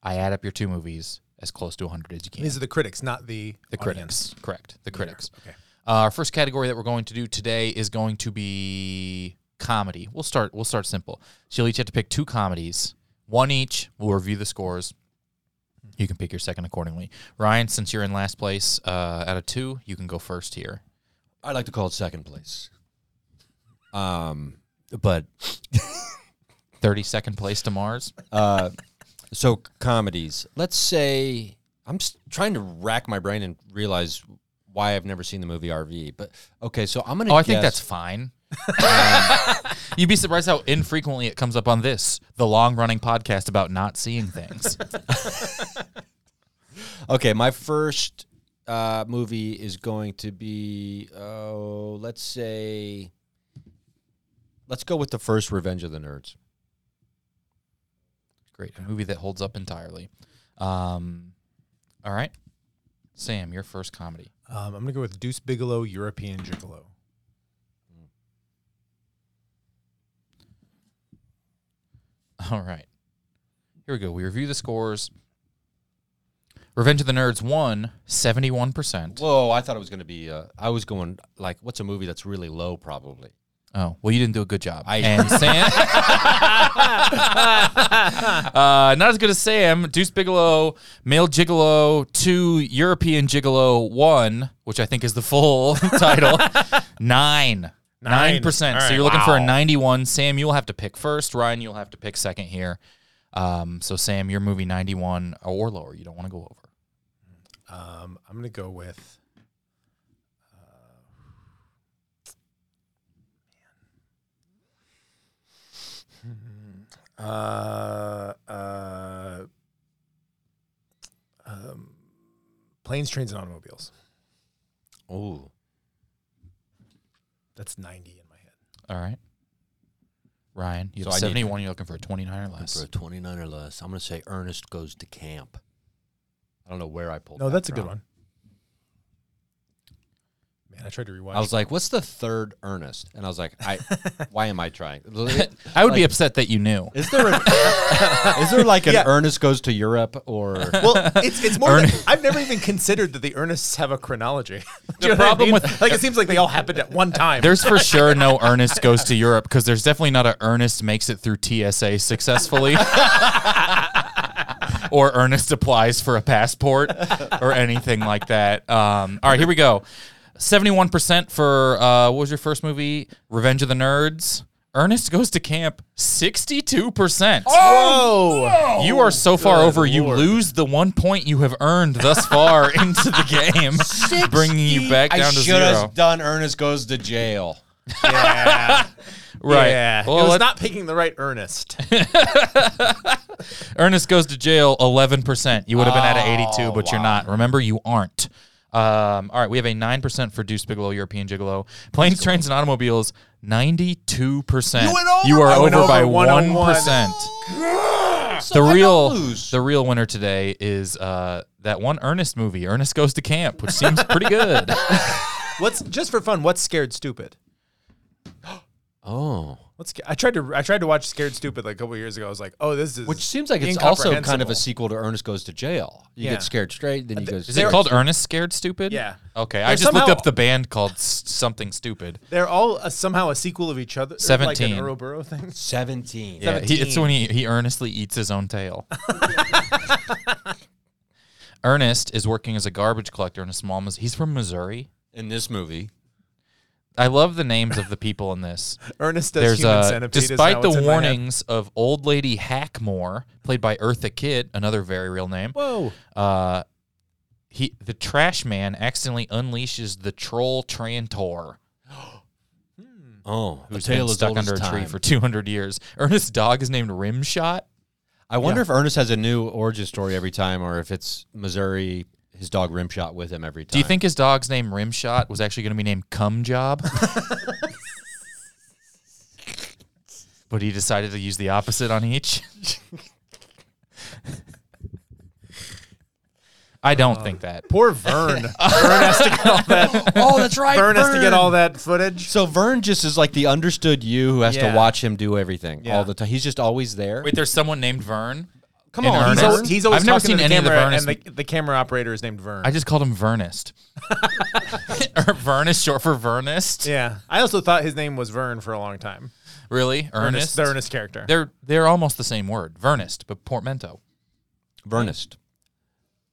Speaker 2: I add up your two movies as close to 100 as you can.
Speaker 4: These are the critics, not the
Speaker 2: The
Speaker 4: audience.
Speaker 2: critics, correct. The critics. Okay. Uh, our first category that we're going to do today is going to be comedy. We'll start. We'll start simple. So you'll each have to pick two comedies, one each. We'll review the scores. You can pick your second accordingly. Ryan, since you're in last place uh, out of two, you can go first here.
Speaker 3: I'd like to call it second place. Um, but
Speaker 2: Thirty second place to Mars.
Speaker 3: uh, so comedies. Let's say I'm s- trying to rack my brain and realize why I've never seen the movie RV. But okay, so I'm gonna.
Speaker 2: Oh, I think
Speaker 3: guess-
Speaker 2: that's fine. Um, *laughs* You'd be surprised how infrequently it comes up on this, the long running podcast about not seeing things.
Speaker 3: Okay, my first uh, movie is going to be, oh, let's say, let's go with the first Revenge of the Nerds.
Speaker 2: Great. A movie that holds up entirely. Um, All right. Sam, your first comedy. *laughs*
Speaker 4: Um, I'm gonna go with Deuce Bigelow, European Gigolo.
Speaker 2: All right. Here we go. We review the scores. Revenge of the Nerds won 71%.
Speaker 3: Whoa, I thought it was going to be. Uh, I was going like, what's a movie that's really low? Probably.
Speaker 2: Oh, well, you didn't do a good job.
Speaker 3: I- *laughs*
Speaker 2: and Sam. uh, not as good as Sam. Deuce Bigelow, Male Gigolo, 2, European Gigolo, 1, which I think is the full *laughs* title, 9.
Speaker 4: Nine.
Speaker 2: 9%.
Speaker 4: All
Speaker 2: So you're
Speaker 4: right.
Speaker 2: looking for a
Speaker 4: Wow.
Speaker 2: 91. Sam, you'll have to pick first. Ryan, you'll have to pick second here. Um, so, Sam, your movie 91 or lower. You don't want to go over.
Speaker 4: Um, I'm gonna go with. Uh, man. Hmm, Uh, uh, um, planes, trains, and automobiles.
Speaker 3: Ooh.
Speaker 4: That's 90 in my head.
Speaker 2: All right. Ryan, you
Speaker 3: So
Speaker 2: have
Speaker 3: I need-
Speaker 2: 71. You're looking for a 29 or
Speaker 3: For
Speaker 2: less.
Speaker 3: a 29 or less, I'm going to say Ernest goes to camp. I don't know where I pulled
Speaker 4: No,
Speaker 3: that
Speaker 4: that's a good
Speaker 3: from.
Speaker 4: one. Man, I tried to rewatch.
Speaker 3: I was like, what's the third Ernest? And I was like, I, why am I *laughs* trying?
Speaker 2: I would be
Speaker 3: Like,
Speaker 2: upset that you knew.
Speaker 3: Is there, a, *laughs* is there like an
Speaker 4: Yeah.
Speaker 3: Ernest goes to Europe *laughs* or
Speaker 4: well, it's it's more.
Speaker 2: Ern-
Speaker 4: That, I've never even considered that the Ernest have a chronology. *laughs*
Speaker 2: The
Speaker 4: Do you know what I
Speaker 2: problem
Speaker 4: mean?
Speaker 2: with-
Speaker 4: like it seems like they all happened at one time.
Speaker 2: There's for sure no Ernest goes to Europe because there's definitely not a Ernest makes it through TSA successfully. *laughs* or Ernest applies for a passport or anything like that. Um, all right, here we go. 71% for uh, what was your first movie? Revenge of the Nerds. Ernest goes to camp 62%.
Speaker 4: Whoa!
Speaker 2: You are so far over, you lose the one point you have earned thus far *laughs* into the game, bringing you back down to
Speaker 3: should
Speaker 2: zero.
Speaker 3: have done Ernest goes to jail.
Speaker 4: *laughs* Yeah.
Speaker 2: Right.
Speaker 4: Yeah.
Speaker 2: Well,
Speaker 4: it was
Speaker 2: let-
Speaker 4: not picking the right Ernest.
Speaker 2: Ernest goes to jail 11%. You would have been at
Speaker 4: Oh,
Speaker 2: an 82, but you're not. Remember, you aren't. Um, all right, we have a 9% for Deuce Bigelow, European Gigolo. Planes, Trains, and Automobiles, 92%. You,
Speaker 4: went over- oh
Speaker 2: are
Speaker 4: I went
Speaker 2: over,
Speaker 4: over
Speaker 2: by
Speaker 4: 101.
Speaker 2: 1%. the real the real winner today is uh, that one Ernest movie, Ernest Goes to Camp, which seems pretty
Speaker 4: *laughs*
Speaker 2: good.
Speaker 4: What's just for fun? What's scared stupid?
Speaker 3: Oh.
Speaker 4: What's I tried to I tried to watch Scared Stupid like a couple years ago. I was like, oh, this is
Speaker 3: Which seems like it's also kind of
Speaker 4: incomprehensible.
Speaker 3: a sequel to Ernest Goes to Jail. You
Speaker 4: Yeah.
Speaker 3: get scared straight, then you go.
Speaker 2: Is it called Ernest Scared Stupid?
Speaker 4: Yeah.
Speaker 2: Okay,
Speaker 4: They're
Speaker 2: I just looked
Speaker 4: somehow-
Speaker 2: up the band called S- Something Stupid.
Speaker 4: They're all uh somehow a sequel of each other. Like an
Speaker 2: 17.
Speaker 4: Earl Burrow thing. *laughs*
Speaker 3: 17?
Speaker 2: Yeah, he, it's when he, he earnestly eats his own tail. Ernest is working as a garbage collector in a small. Mis- he's from Missouri.
Speaker 3: In this movie.
Speaker 2: I love the names of the people in this.
Speaker 4: Ernest does
Speaker 2: There's
Speaker 4: human
Speaker 2: a,
Speaker 4: centipede. is
Speaker 2: despite
Speaker 4: now
Speaker 2: the
Speaker 4: what's in my head.
Speaker 2: warnings of old lady Hackmore, played by Eartha Kitt, another very real name.
Speaker 4: Whoa.
Speaker 2: Uh, he the trash man accidentally unleashes the troll Trantor,
Speaker 3: Oh, the
Speaker 2: who's
Speaker 3: tale
Speaker 2: been
Speaker 3: is
Speaker 2: stuck
Speaker 3: old as
Speaker 2: under a tree
Speaker 3: time.
Speaker 2: for 200 years. Ernest's dog is named Rimshot.
Speaker 3: I wonder if Ernest has a new origin story every time, or if it's Missouri, his dog Rimshot with him every time.
Speaker 2: Do you think his dog's name Rimshot was actually going to be named Cum Job?
Speaker 4: *laughs*
Speaker 2: but he decided to use the opposite on each. *laughs* I don't think that.
Speaker 4: Poor Vern. Vern
Speaker 2: *laughs*
Speaker 4: has to get all that.
Speaker 3: Oh, that's right.
Speaker 4: Vern has to get all that footage.
Speaker 3: So Vern just is like the understood you who has
Speaker 4: Yeah.
Speaker 3: to watch him do everything
Speaker 4: Yeah.
Speaker 3: all the time. He's just always there.
Speaker 2: Wait, there's someone named Vern.
Speaker 3: Come
Speaker 2: in
Speaker 3: on,
Speaker 4: He's
Speaker 3: Ernest?
Speaker 4: always, he's always
Speaker 2: I've never
Speaker 4: talking
Speaker 2: seen
Speaker 4: to the
Speaker 2: any of the
Speaker 4: camera,
Speaker 2: Vernest.
Speaker 4: and the, the camera operator is named Vern.
Speaker 2: I just called him
Speaker 4: *laughs*
Speaker 2: Vernest. or Vern is short for Vernest.
Speaker 4: yeah. I also thought his name was Vern for a long time.
Speaker 2: Really, Ernest.
Speaker 4: the Ernest character.
Speaker 2: They're they're almost the same word, Vernest, but portmanteau.
Speaker 3: Vernest.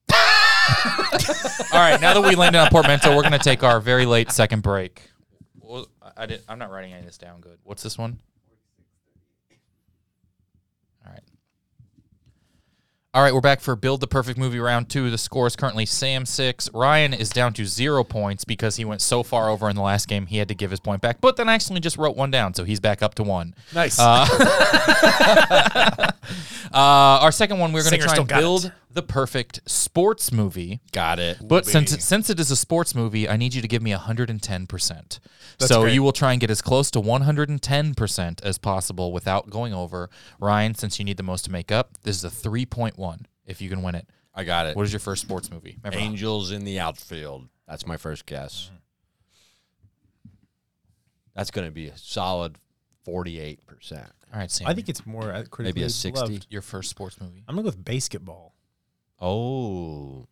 Speaker 2: All right, now that we landed on Portmanteau, we're going to take our very late second break. Well, I- I did, I'm not writing any of this down good. What's this one? All right. All right, we're back for Build the Perfect Movie Round 2. The score is currently Sam 6. Ryan is down to zero points because he went so far over in the last game, he had to give his point back. But then I accidentally just wrote one down, so he's back up to one.
Speaker 4: nice.
Speaker 2: Uh, our second one, we're going
Speaker 4: Singer
Speaker 2: to try
Speaker 4: still
Speaker 2: and
Speaker 4: got it.
Speaker 2: build the perfect sports movie.
Speaker 3: Got it.
Speaker 2: But since it, since it is a sports movie, I need you to give me 110%.
Speaker 4: That's
Speaker 2: so
Speaker 4: great.
Speaker 2: you will try and get as close to 110% as possible without going over. Ryan, since you need the most to make up, this is a 3.1 if you can win it.
Speaker 3: I got it.
Speaker 2: What is your first sports movie?
Speaker 3: Angels in the outfield. That's my first guess. Mm-hmm. That's going to be a solid forty-eight percent.
Speaker 2: All right, Sam.
Speaker 4: I think it's more uh, critically
Speaker 3: Maybe a 60.
Speaker 4: loved.
Speaker 2: your first sports movie.
Speaker 4: I'm gonna go with basketball.
Speaker 3: Oh,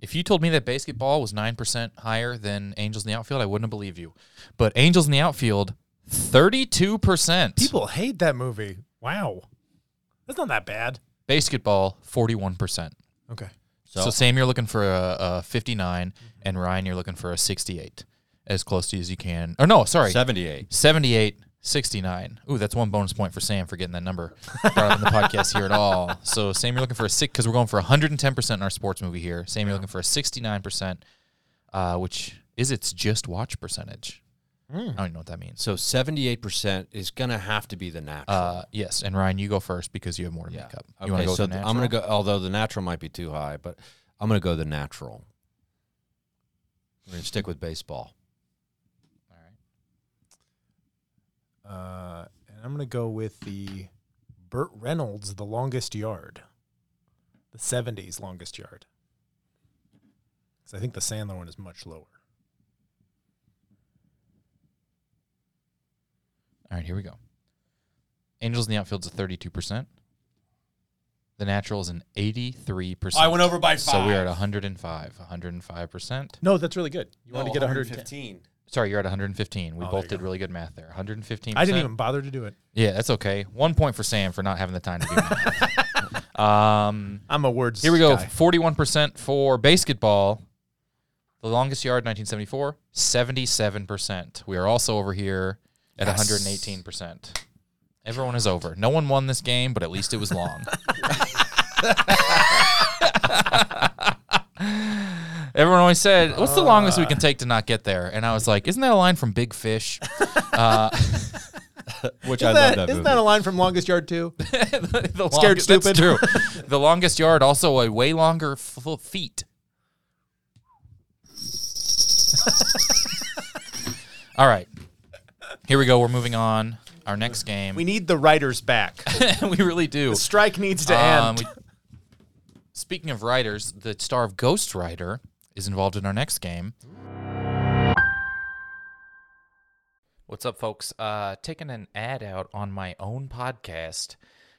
Speaker 2: If you told me that basketball was 9% higher than Angels in the Outfield, I wouldn't have believed you. But Angels in the Outfield, 32%.
Speaker 4: People hate that movie. Wow, that's not that bad.
Speaker 2: Basketball, 41%.
Speaker 4: Okay,
Speaker 2: So, Sam, you're looking for a, a 59,
Speaker 3: Mm-hmm.
Speaker 2: and Ryan, you're looking for a 68, as close to you as you can. Or no, sorry,
Speaker 3: seventy-eight.
Speaker 2: 78, 69. Ooh, that's one bonus point for Sam for getting that number brought up in the podcast here at
Speaker 3: *laughs*
Speaker 2: all. So Sam, you're looking for a six because we're going for 110 percent in our sports movie here. Sam, you're looking for a 69 percent, uh, which is its just watch percentage.
Speaker 3: Hmm.
Speaker 2: I don't even know what that means.
Speaker 3: So seventy-eight percent is going to have to be the natural.
Speaker 2: Uh, yes, and Ryan, you go first because you have more to make up. You want to
Speaker 3: Okay,
Speaker 2: go
Speaker 3: so
Speaker 2: with the
Speaker 3: th- I'm going to
Speaker 2: natural?
Speaker 3: go. Although the natural might be too high, but I'm going to go the natural. We're going to stick with baseball.
Speaker 4: uh, and I'm gonna go with the Burt Reynolds, The Longest Yard, the '70s Longest Yard, because I think the Sandler one is much lower.
Speaker 2: All right, here we go. Angels in the outfield's a 32 percent. The natural is an 83 percent.
Speaker 3: I went over by
Speaker 2: So we are at
Speaker 3: five.
Speaker 2: 105, 105 percent.
Speaker 4: No, that's really good. You wanted to get 110.
Speaker 3: 115.
Speaker 2: Sorry, you're at 115. We
Speaker 4: Oh, there
Speaker 2: both
Speaker 4: you
Speaker 2: did
Speaker 4: go.
Speaker 2: really good math there. 115.
Speaker 4: I didn't even bother to do it.
Speaker 2: Yeah, that's okay. One point for Sam for not having the time to do math.
Speaker 4: *laughs*
Speaker 2: um,
Speaker 4: I'm a words.
Speaker 2: here we go.
Speaker 4: guy.
Speaker 2: 41% for basketball. The longest yard, 1974, 77%. We are also over here at 118%. Everyone is over. No one won this game, but at least it was long. *laughs* Everyone always said, "What's the longest we can take to not get there?" And I was like, "Isn't that a line from Big Fish?" Uh,
Speaker 3: Which
Speaker 4: Isn't
Speaker 3: I
Speaker 4: that,
Speaker 3: love that
Speaker 4: isn't
Speaker 3: movie.
Speaker 4: that a line from Longest Yard too?
Speaker 2: the
Speaker 4: Scared
Speaker 2: longest- that's
Speaker 4: stupid. *laughs*
Speaker 2: true. the longest yard, also a way longer f- f- feet. *laughs* All right, here we go. We're moving on. Our next game.
Speaker 4: we need the writers back.
Speaker 2: *laughs* we really do.
Speaker 4: the strike needs to
Speaker 2: Um,
Speaker 4: end.
Speaker 2: we- speaking of writers, the star of Ghost Rider is involved in our next game. What's up, folks? Uh, taking an ad out on my own podcast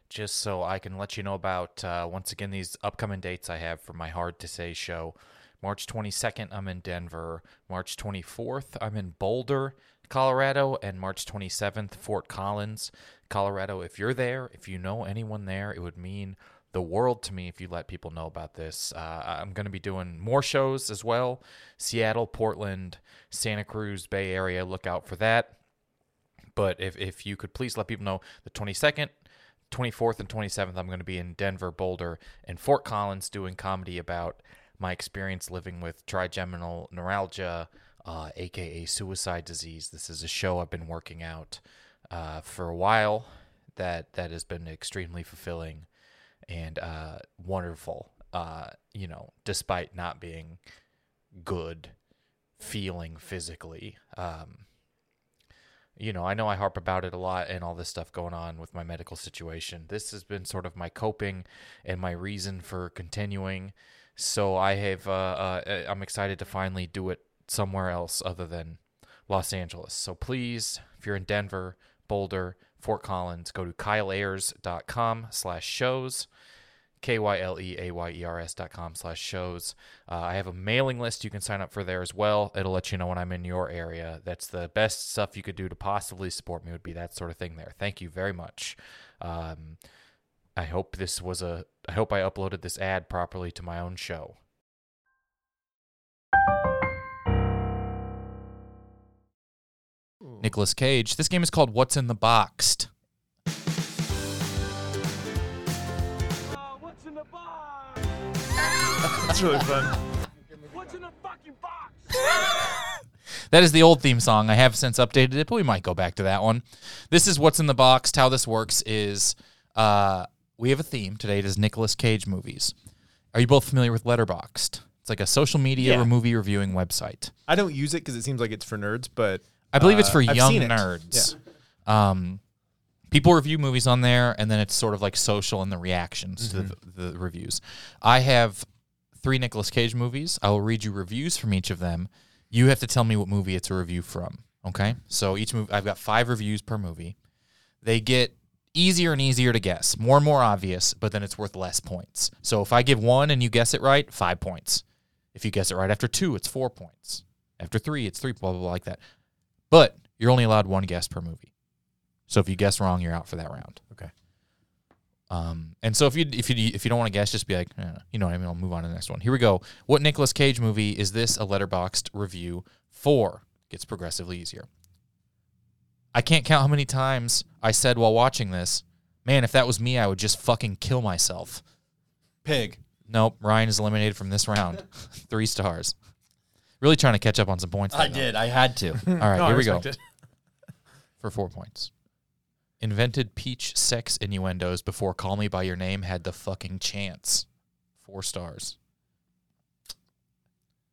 Speaker 2: just so I can let you know about, uh, once again, these upcoming dates I have for my Hard to Say show. March 22nd, I'm in Denver. March 24th, I'm in Boulder, Colorado. And March 27th, Fort Collins, Colorado. If you're there, if you know anyone there, it would mean the world to me if you let people know about this. Uh, I'm going to be doing more shows as well Seattle, Portland, Santa Cruz, Bay Area. Look out for that. But if, if you could please let people know the 22nd, 24th and 27th, I'm going to be in Denver, Boulder, and Fort Collins doing comedy about my experience living with trigeminal neuralgia, uh, aka suicide disease. This is a show I've been working out uh, for a while that that has been extremely fulfilling and uh, wonderful. Uh, you know, despite not being good feeling physically. Um, you know, I know I harp about it a lot and all this stuff going on with my medical situation. This has been sort of my coping and my reason for continuing. So I have, uh, uh, I'm excited to finally do it somewhere else other than Los Angeles. So please, if you're in Denver, Boulder, Fort Collins, go to kyleayers.com slash shows. K Y L E A Y E R S dot com slash shows. Uh, I have a mailing list you can sign up for there as well. It'll let you know when I'm in your area. That's the best stuff you could do to possibly support me, would be that sort of thing there. Thank you very much. Um, I hope this was a, I hope I uploaded this ad properly to my own show. Nicholas Cage. This game is called What's in the Boxed.
Speaker 4: That's really fun.
Speaker 2: That is the old theme song. I have since updated it, but we might go back to that one. This is what's in the box. How this works is uh, we have a theme today. It is Nicolas Cage movies. Are you both familiar with Letterboxd? It's like a social media
Speaker 4: Yeah.
Speaker 2: or movie reviewing website.
Speaker 4: I don't use Uh, it because it seems like it's for nerds, but
Speaker 2: I believe it's
Speaker 4: uh,
Speaker 2: for
Speaker 4: I've
Speaker 2: young
Speaker 4: seen it.
Speaker 2: nerds. Um, People review movies on there, and then it's sort of like social and the reactions to the, the reviews. I have three Nicolas Cage movies. I will read you reviews from each of them. You have to tell me what movie it's a review from. Okay, so each movie I've got five reviews per movie. They get easier and easier to guess, more and more obvious, but then it's worth less points. So if I give one and you guess it right, five points. If you guess it right after two, it's four points. After three, it's three, blah, blah, blah, like that. But you're only allowed one guess per movie. So if you guess wrong, you're out for that round.
Speaker 4: Okay.
Speaker 2: Um, and so if you if you if you don't want to guess, just be like, eh, you know what I mean. I'll move on to the next one. Here we go. What Nicolas Cage movie is this? A letterboxed review for gets progressively easier. I can't count how many times I said while watching this, man, if that was me, I would just fucking kill myself.
Speaker 3: Pig.
Speaker 2: Nope, Ryan is eliminated from this
Speaker 3: *laughs*
Speaker 2: round. Three stars. Really trying to catch up on some points.
Speaker 3: I
Speaker 2: there, though.
Speaker 3: did. I had to.
Speaker 2: All right,
Speaker 4: No, I
Speaker 2: here we go.
Speaker 4: respect it. *laughs*
Speaker 2: For four points. Invented peach sex innuendos before Call Me By Your Name had the fucking chance. Four stars.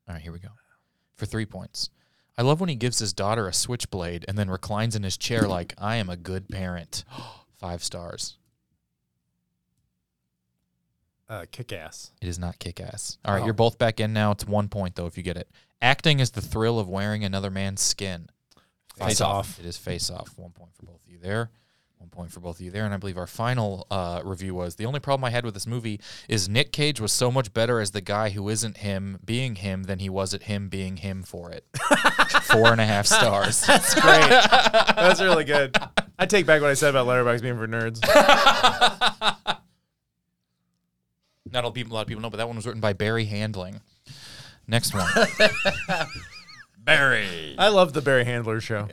Speaker 2: All right, here we go. For three points. I love when he gives his daughter a switchblade and then reclines in his chair like, I am a good parent. *gasps* Five stars.
Speaker 4: Uh, kick ass.
Speaker 2: It is not kick ass. All right,
Speaker 4: Oh.
Speaker 2: you're both back in now. It's one point, though, if you get it. Acting is the thrill of wearing another man's skin.
Speaker 4: Face off.
Speaker 2: It is face off. One point for both of you there. One point for both of you there. And I believe our final uh, review was the only problem I had with this movie is Nick Cage was so much better as the guy who isn't him being him than he was at him being him for
Speaker 4: *laughs*
Speaker 2: it. Four and a half stars.
Speaker 4: That's great. That's really good. I take back what I said about Letterboxd being for nerds.
Speaker 2: Not a lot of people- a lot of people know, but that one was written by Barry Handling. Next one.
Speaker 3: Barry.
Speaker 4: I love the Barry Handler show.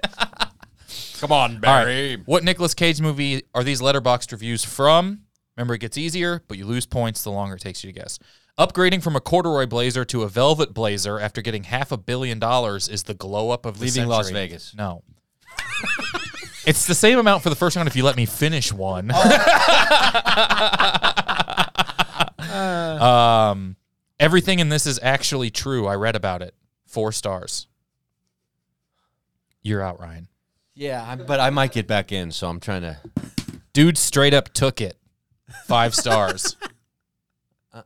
Speaker 3: Come on,
Speaker 2: All right.
Speaker 3: Barry.
Speaker 2: What Nicolas Cage movie are these letterboxed reviews from? Remember, it gets easier, but you lose points the longer it takes you to guess. Upgrading from a corduroy blazer to a velvet blazer after getting half a billion dollars is the glow up of the
Speaker 3: Leaving Las
Speaker 2: century.
Speaker 3: Vegas.
Speaker 2: No. *laughs* it's the same amount for the first round if you let me finish one. *laughs* um, everything in this is actually true. I read about it. Four stars. You're out, Ryan.
Speaker 3: *laughs* Yeah, I'm, but I might get back in, so I'm trying to.
Speaker 2: Dude straight up took it. Five
Speaker 3: *laughs*
Speaker 2: stars. All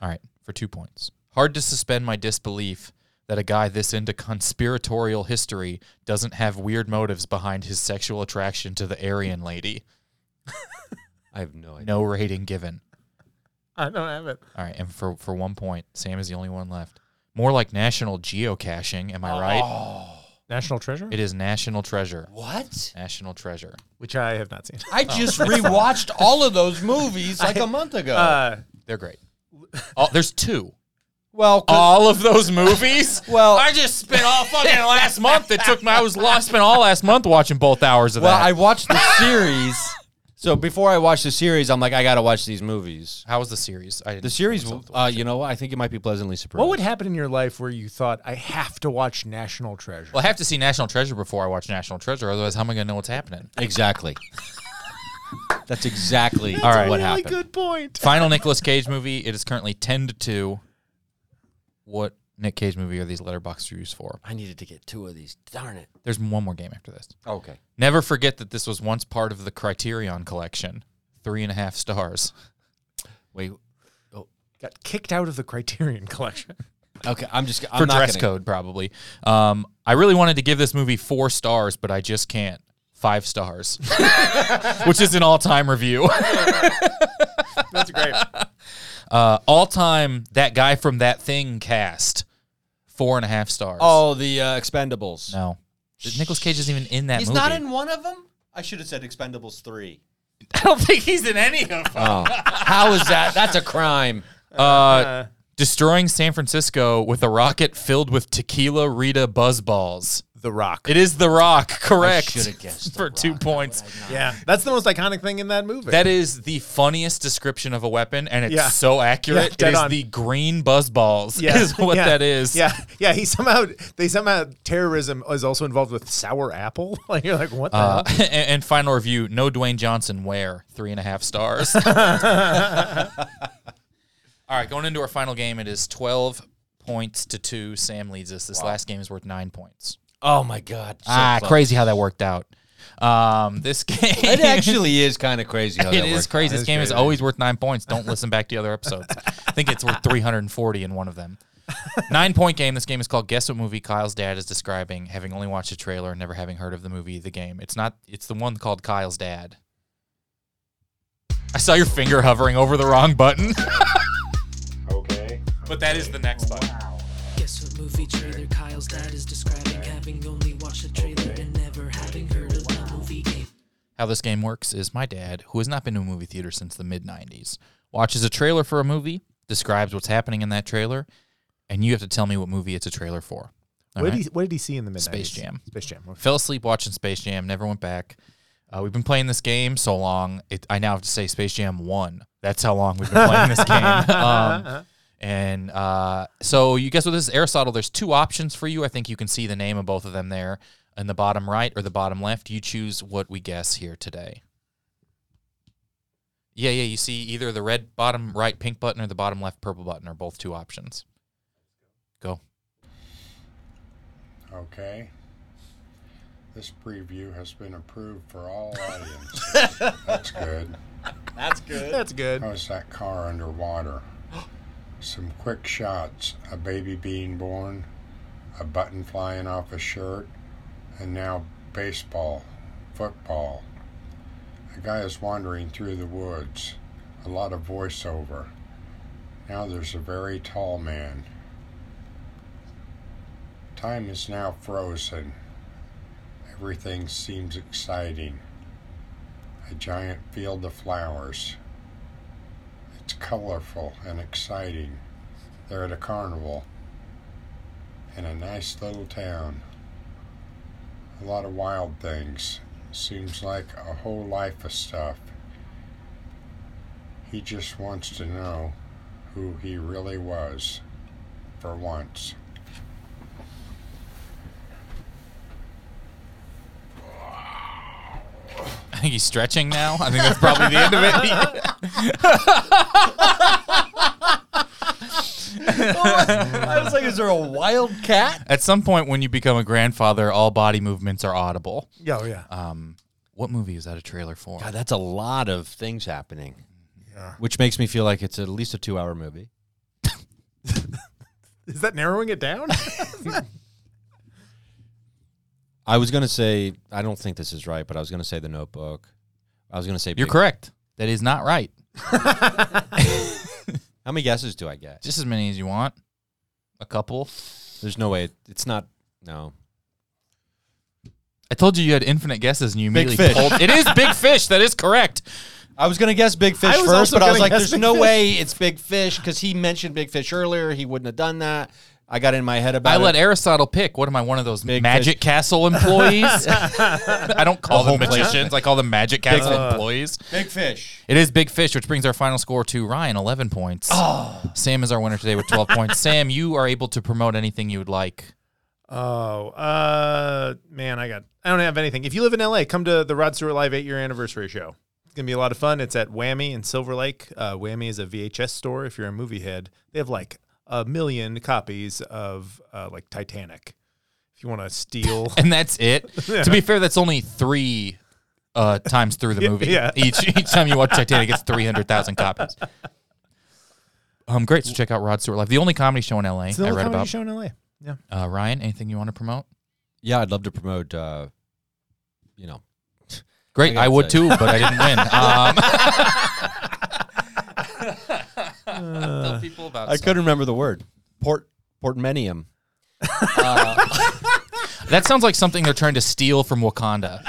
Speaker 2: right, for two points. Hard to suspend my disbelief that a guy this into conspiratorial history doesn't have weird motives behind his sexual attraction to the Aryan lady.
Speaker 3: I have no idea.
Speaker 2: No rating given.
Speaker 4: I don't have it.
Speaker 2: All right, and for, for one point, Sam is the only one left. More like national geocaching, am I
Speaker 3: Oh.
Speaker 2: right?
Speaker 4: National Treasure,
Speaker 2: It is national treasure.
Speaker 3: What?
Speaker 2: National treasure. Oh.
Speaker 4: which I have not seen. *laughs*
Speaker 3: I
Speaker 2: *laughs*
Speaker 3: just rewatched all of those movies like a month ago.
Speaker 4: Uh,
Speaker 2: They're great. Oh, there's two.
Speaker 3: well, 'cause-
Speaker 2: all of those movies.
Speaker 3: *laughs* Well-
Speaker 2: I just spent *laughs* all
Speaker 3: *laughs*
Speaker 2: fucking Oh, last month. It took my I was lost. Spent all last month watching both hours of
Speaker 3: well, I
Speaker 2: that.
Speaker 3: watched the series. So before I watched the series, I'm like, I gotta watch these movies.
Speaker 2: How was the series? I didn't
Speaker 3: The series,
Speaker 2: myself to
Speaker 3: uh,
Speaker 2: watch it.
Speaker 3: you know, what? I think it might be pleasantly surprised.
Speaker 4: what would happen in your life where you thought I have to watch National Treasure?
Speaker 2: Well, I have to see National Treasure before I watch National Treasure. Otherwise, how am I gonna know what's happening?
Speaker 3: exactly? That's exactly
Speaker 2: All right.
Speaker 3: what
Speaker 2: Really
Speaker 3: happened.
Speaker 4: point.
Speaker 2: Final Nicolas Cage movie. It is currently ten to two. What Nick Cage movie are these letterbox reviews for?
Speaker 3: I needed to get two of these. Darn it.
Speaker 2: There's one more game after this.
Speaker 3: Okay.
Speaker 2: Never forget that this was once part of the Criterion collection. Three and a half stars.
Speaker 3: Wait.
Speaker 4: Got kicked out of the Criterion *laughs* collection.
Speaker 3: Okay. I'm just. I'm
Speaker 2: for
Speaker 3: not
Speaker 2: dress
Speaker 3: gonna-
Speaker 2: code probably. Um, I really wanted to give this movie four stars, but I just can't. Five stars, *laughs* which is an all-time
Speaker 3: *laughs*
Speaker 2: review.
Speaker 4: That's great.
Speaker 2: Uh, all-time that guy from that thing cast, four and a half stars.
Speaker 3: Oh, the uh, Expendables.
Speaker 2: no, Nicholas Cage isn't even in that
Speaker 3: He's
Speaker 2: movie.
Speaker 3: not in one of them. I should have said Expendables three.
Speaker 2: I don't think he's in any of them.
Speaker 3: How is that? That's a crime.
Speaker 2: Uh, destroying San Francisco with a rocket filled with tequila Rita buzzballs.
Speaker 4: The Rock.
Speaker 2: It is The Rock, correct?
Speaker 3: should've guessed The
Speaker 2: for two
Speaker 3: Rock.
Speaker 2: points.
Speaker 4: yeah, that's the most iconic thing in that movie.
Speaker 2: That is the funniest description of a weapon, and it's
Speaker 4: Yeah.
Speaker 2: so accurate.
Speaker 4: Yeah, dead
Speaker 2: it is
Speaker 4: on.
Speaker 2: the green buzzballs. Is what
Speaker 4: *laughs* Yeah.
Speaker 2: that is. *laughs*
Speaker 4: Yeah, yeah. He somehow they somehow terrorism is also involved with sour apple. *laughs* Like you're like what the
Speaker 2: Uh,
Speaker 4: hell?
Speaker 2: and, and final review: No Dwayne Johnson. Where three and a half stars. *laughs*
Speaker 4: *laughs*
Speaker 2: All right, going into our final game, it is twelve points to two. Sam leads us. This last game is worth nine points.
Speaker 3: Oh my god. So
Speaker 2: ah, *laughs*
Speaker 3: close.
Speaker 2: crazy how that worked out. Um, this game
Speaker 3: It actually is kind of crazy.
Speaker 2: *laughs*
Speaker 3: How
Speaker 2: it
Speaker 3: that
Speaker 2: is
Speaker 3: works.
Speaker 2: crazy. This
Speaker 3: That's
Speaker 2: game is
Speaker 3: crazy.
Speaker 2: always worth nine points. Don't listen back to the other episodes. I think it's worth 340 in one of them. Nine point game. This game is called Guess What Movie Kyle's Dad is Describing, having only watched the trailer and never having heard of the movie, the game. It's not, it's the one called Kyle's Dad. I saw your finger hovering over the wrong button. *laughs* okay. But that is the next button.
Speaker 11: Guess what movie trailer Kyle's dad is describing, having only watched the trailer and never having heard of the movie game.
Speaker 2: How this game works is my dad, who has not been to a movie theater since the mid 90s, watches a trailer for a movie, describes what's happening in that trailer, and you have to tell me what movie it's a trailer for. All
Speaker 4: What
Speaker 2: right?
Speaker 4: did he What did he see in the mid?
Speaker 2: Space Jam.
Speaker 4: Space Jam. okay.
Speaker 2: Fell asleep watching Space Jam, never went back. Uh, we've been playing this game so long, it, I now have to say Space Jam 1. That's how long we've been playing this game. Um, and uh, so you guess what this is? Aristotle, there's two options for you. I think you can see the name of both of them there in the bottom right or the bottom left. You choose what we guess here today. Yeah, yeah, you see either the red bottom right pink button or the bottom left purple button are both two options. Go. *laughs*
Speaker 12: Okay. This preview has been approved for all audiences. That's good.
Speaker 3: That's good.
Speaker 4: That's good.
Speaker 12: Notice that car underwater. Some quick shots a baby being born, a button flying off a shirt, and now baseball, football. A guy is wandering through the woods. A lot of voiceover. Now there's a very tall man. Time is now frozen. Everything seems exciting. A giant field of flowers. It's colorful and exciting. They're at a carnival in a nice little town. A lot of wild things. Seems like a whole life of stuff. He just wants to know who he really was for once.
Speaker 2: I think he's stretching now. I think that's probably the end of it.
Speaker 3: I was like, is there a wild cat?
Speaker 2: At some point, when you become a grandfather, all body movements are audible.
Speaker 4: Yeah, oh, yeah.
Speaker 2: Um, what movie is that a trailer for?
Speaker 3: God, that's a lot of things happening. Which makes me feel like it's at least a two hour movie.
Speaker 4: Is that narrowing it down? *laughs*
Speaker 3: I was going to say, I don't think this is right, but I was going to say The Notebook. I was going to say.
Speaker 2: You're correct. That is not right.
Speaker 3: How many guesses do I get?
Speaker 2: Just as many as you want. A couple.
Speaker 3: There's no way. It's not. No.
Speaker 2: I told you you had infinite guesses, and you
Speaker 3: Big
Speaker 2: immediately
Speaker 3: Fish. *laughs*
Speaker 2: pulled. It is Big Fish. That is correct.
Speaker 3: I was going to guess Big Fish
Speaker 2: I was
Speaker 3: first,
Speaker 2: also
Speaker 3: but I was
Speaker 2: gonna
Speaker 3: like,
Speaker 2: guess
Speaker 3: there's
Speaker 2: Big
Speaker 3: no
Speaker 2: Fish.
Speaker 3: way it's Big Fish because he mentioned Big Fish earlier. He wouldn't have done that. I got in my head about
Speaker 2: I
Speaker 3: it.
Speaker 2: let Aristotle pick. What am I? One of those Magic
Speaker 3: Fish.
Speaker 2: Castle
Speaker 3: *laughs*
Speaker 2: employees? I don't call
Speaker 3: The whole
Speaker 2: them
Speaker 3: place.
Speaker 2: magicians. I call them Magic
Speaker 3: Big
Speaker 2: Castle
Speaker 3: Fish.
Speaker 2: employees.
Speaker 3: Big Fish.
Speaker 2: It is Big Fish, which brings our final score to Ryan, 11 points. Oh. Sam is our winner today with 12 points. Sam, you are able to promote anything you would like.
Speaker 4: Oh, uh, man, I got. I don't have anything. If you live in LA, come to the Rod Stewart Live eight year anniversary show. It's gonna be a lot of fun. It's at Whammy in Silver Lake. Uh, Whammy is a VHS store. If you're a movie head, they have like a million copies of uh, like Titanic. If you want to
Speaker 2: *laughs*
Speaker 4: steal,
Speaker 2: And that's
Speaker 4: *laughs*
Speaker 2: it.
Speaker 4: Yeah.
Speaker 2: To be fair, that's only three uh, times through the
Speaker 4: Yeah,
Speaker 2: movie.
Speaker 4: yeah.
Speaker 2: Each, each time you watch Titanic, it's 300,000 copies. Um, great. So check out Rod Stewart Live, the only comedy show in LA
Speaker 4: it's the
Speaker 2: I
Speaker 4: only
Speaker 2: read
Speaker 4: comedy
Speaker 2: about.
Speaker 4: show in LA. Yeah.
Speaker 2: Uh, Ryan, anything you want to promote?
Speaker 3: Yeah, I'd love to promote, uh, you know.
Speaker 2: Great, I,
Speaker 3: gotta
Speaker 2: would
Speaker 3: say.
Speaker 2: too, but I didn't win. Um,
Speaker 4: *laughs*
Speaker 3: Uh,
Speaker 2: people about
Speaker 3: I
Speaker 2: stuff.
Speaker 3: couldn't remember the word. Port Portmenium. *laughs*
Speaker 2: that sounds like something they're trying to steal from Wakanda.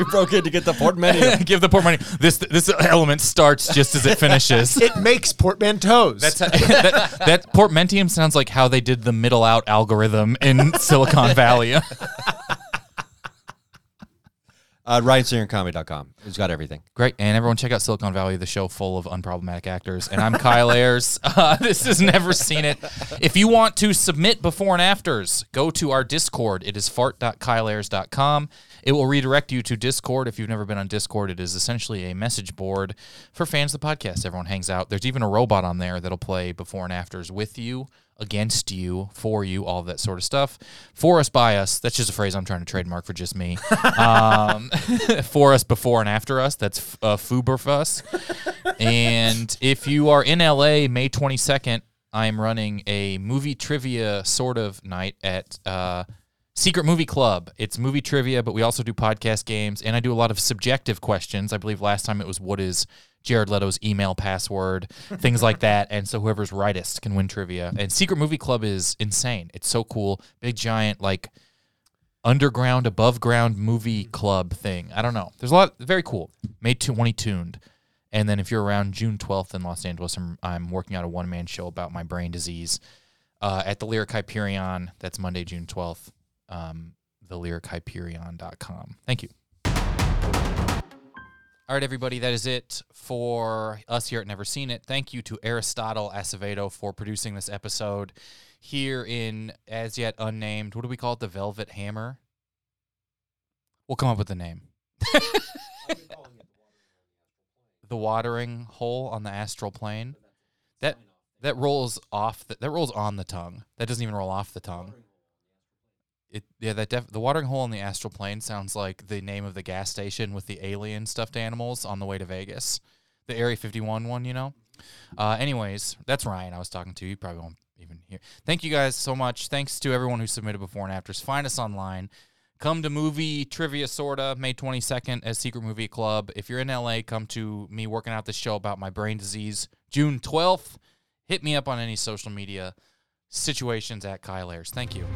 Speaker 4: *laughs*
Speaker 3: we broke in to get the
Speaker 2: *laughs*
Speaker 3: portmanteau.
Speaker 2: Give the portmanteau. This this element starts just as it
Speaker 4: *laughs*
Speaker 2: finishes.
Speaker 4: It makes portmanteaus.
Speaker 2: That's how, *laughs* that, that portmentium sounds like how they did the middle out algorithm in Silicon Valley.
Speaker 3: Uh, RyanSingerComedy.com. It's got everything.
Speaker 2: Great. And everyone check out Silicon Valley, the show full of unproblematic actors. And I'm Kyle Ayers. *laughs* Uh, this is Never Seen It. If you want to submit before and afters, go to our Discord. It is fart.kyleayers.com. It will redirect you to Discord. If you've never been on Discord, it is essentially a message board for fans of the podcast. Everyone hangs out. There's even a robot on there that'll play before and afters with you, against you, for you, all of that sort of stuff. For us, by us. That's just a phrase I'm trying to trademark for just me. um, *laughs* for us, before and after us. That's f- uh, Fuberfuss. and if you are in LA, May 22nd, I'm running a movie trivia sort of night at. Uh, Secret Movie Club. It's movie trivia, but we also do podcast games, and I do a lot of subjective questions. I believe last time it was what is Jared Leto's email password, things like that. And so whoever's rightest can win trivia. And Secret Movie Club is insane. It's so cool. Big giant like underground, above ground movie club thing. I don't know. There's a lot. Very cool. May 20 tuned. And then if you're around June 12th in Los Angeles, I'm, I'm working out a one man show about my brain disease uh, at the Lyric Hyperion. That's Monday, June 12th. Um, thelyricyperion.com. Thank you. All right, everybody, that is it for us here at Never Seen It. Thank you to Aristotle Acevedo for producing this episode here in as yet unnamed. What do we call it? The Velvet Hammer? We'll come up with a name. *laughs* the watering hole on the astral plane. That that rolls off the, that rolls on the tongue. That doesn't even roll off the tongue. It yeah that def- the watering hole on the astral plane sounds like the name of the gas station with the alien stuffed animals on the way to Vegas, the Area 51 one, you know. Uh, anyways, that's Ryan I was talking to. You probably won't even hear. Thank you guys so much. Thanks to everyone who submitted before and afters. Find us online. Come to movie trivia sorta May 22nd at Secret Movie Club. If you're in LA, come to me working out this show about my brain disease June 12th. Hit me up on any social media situations at Kyle Ayers. Thank you.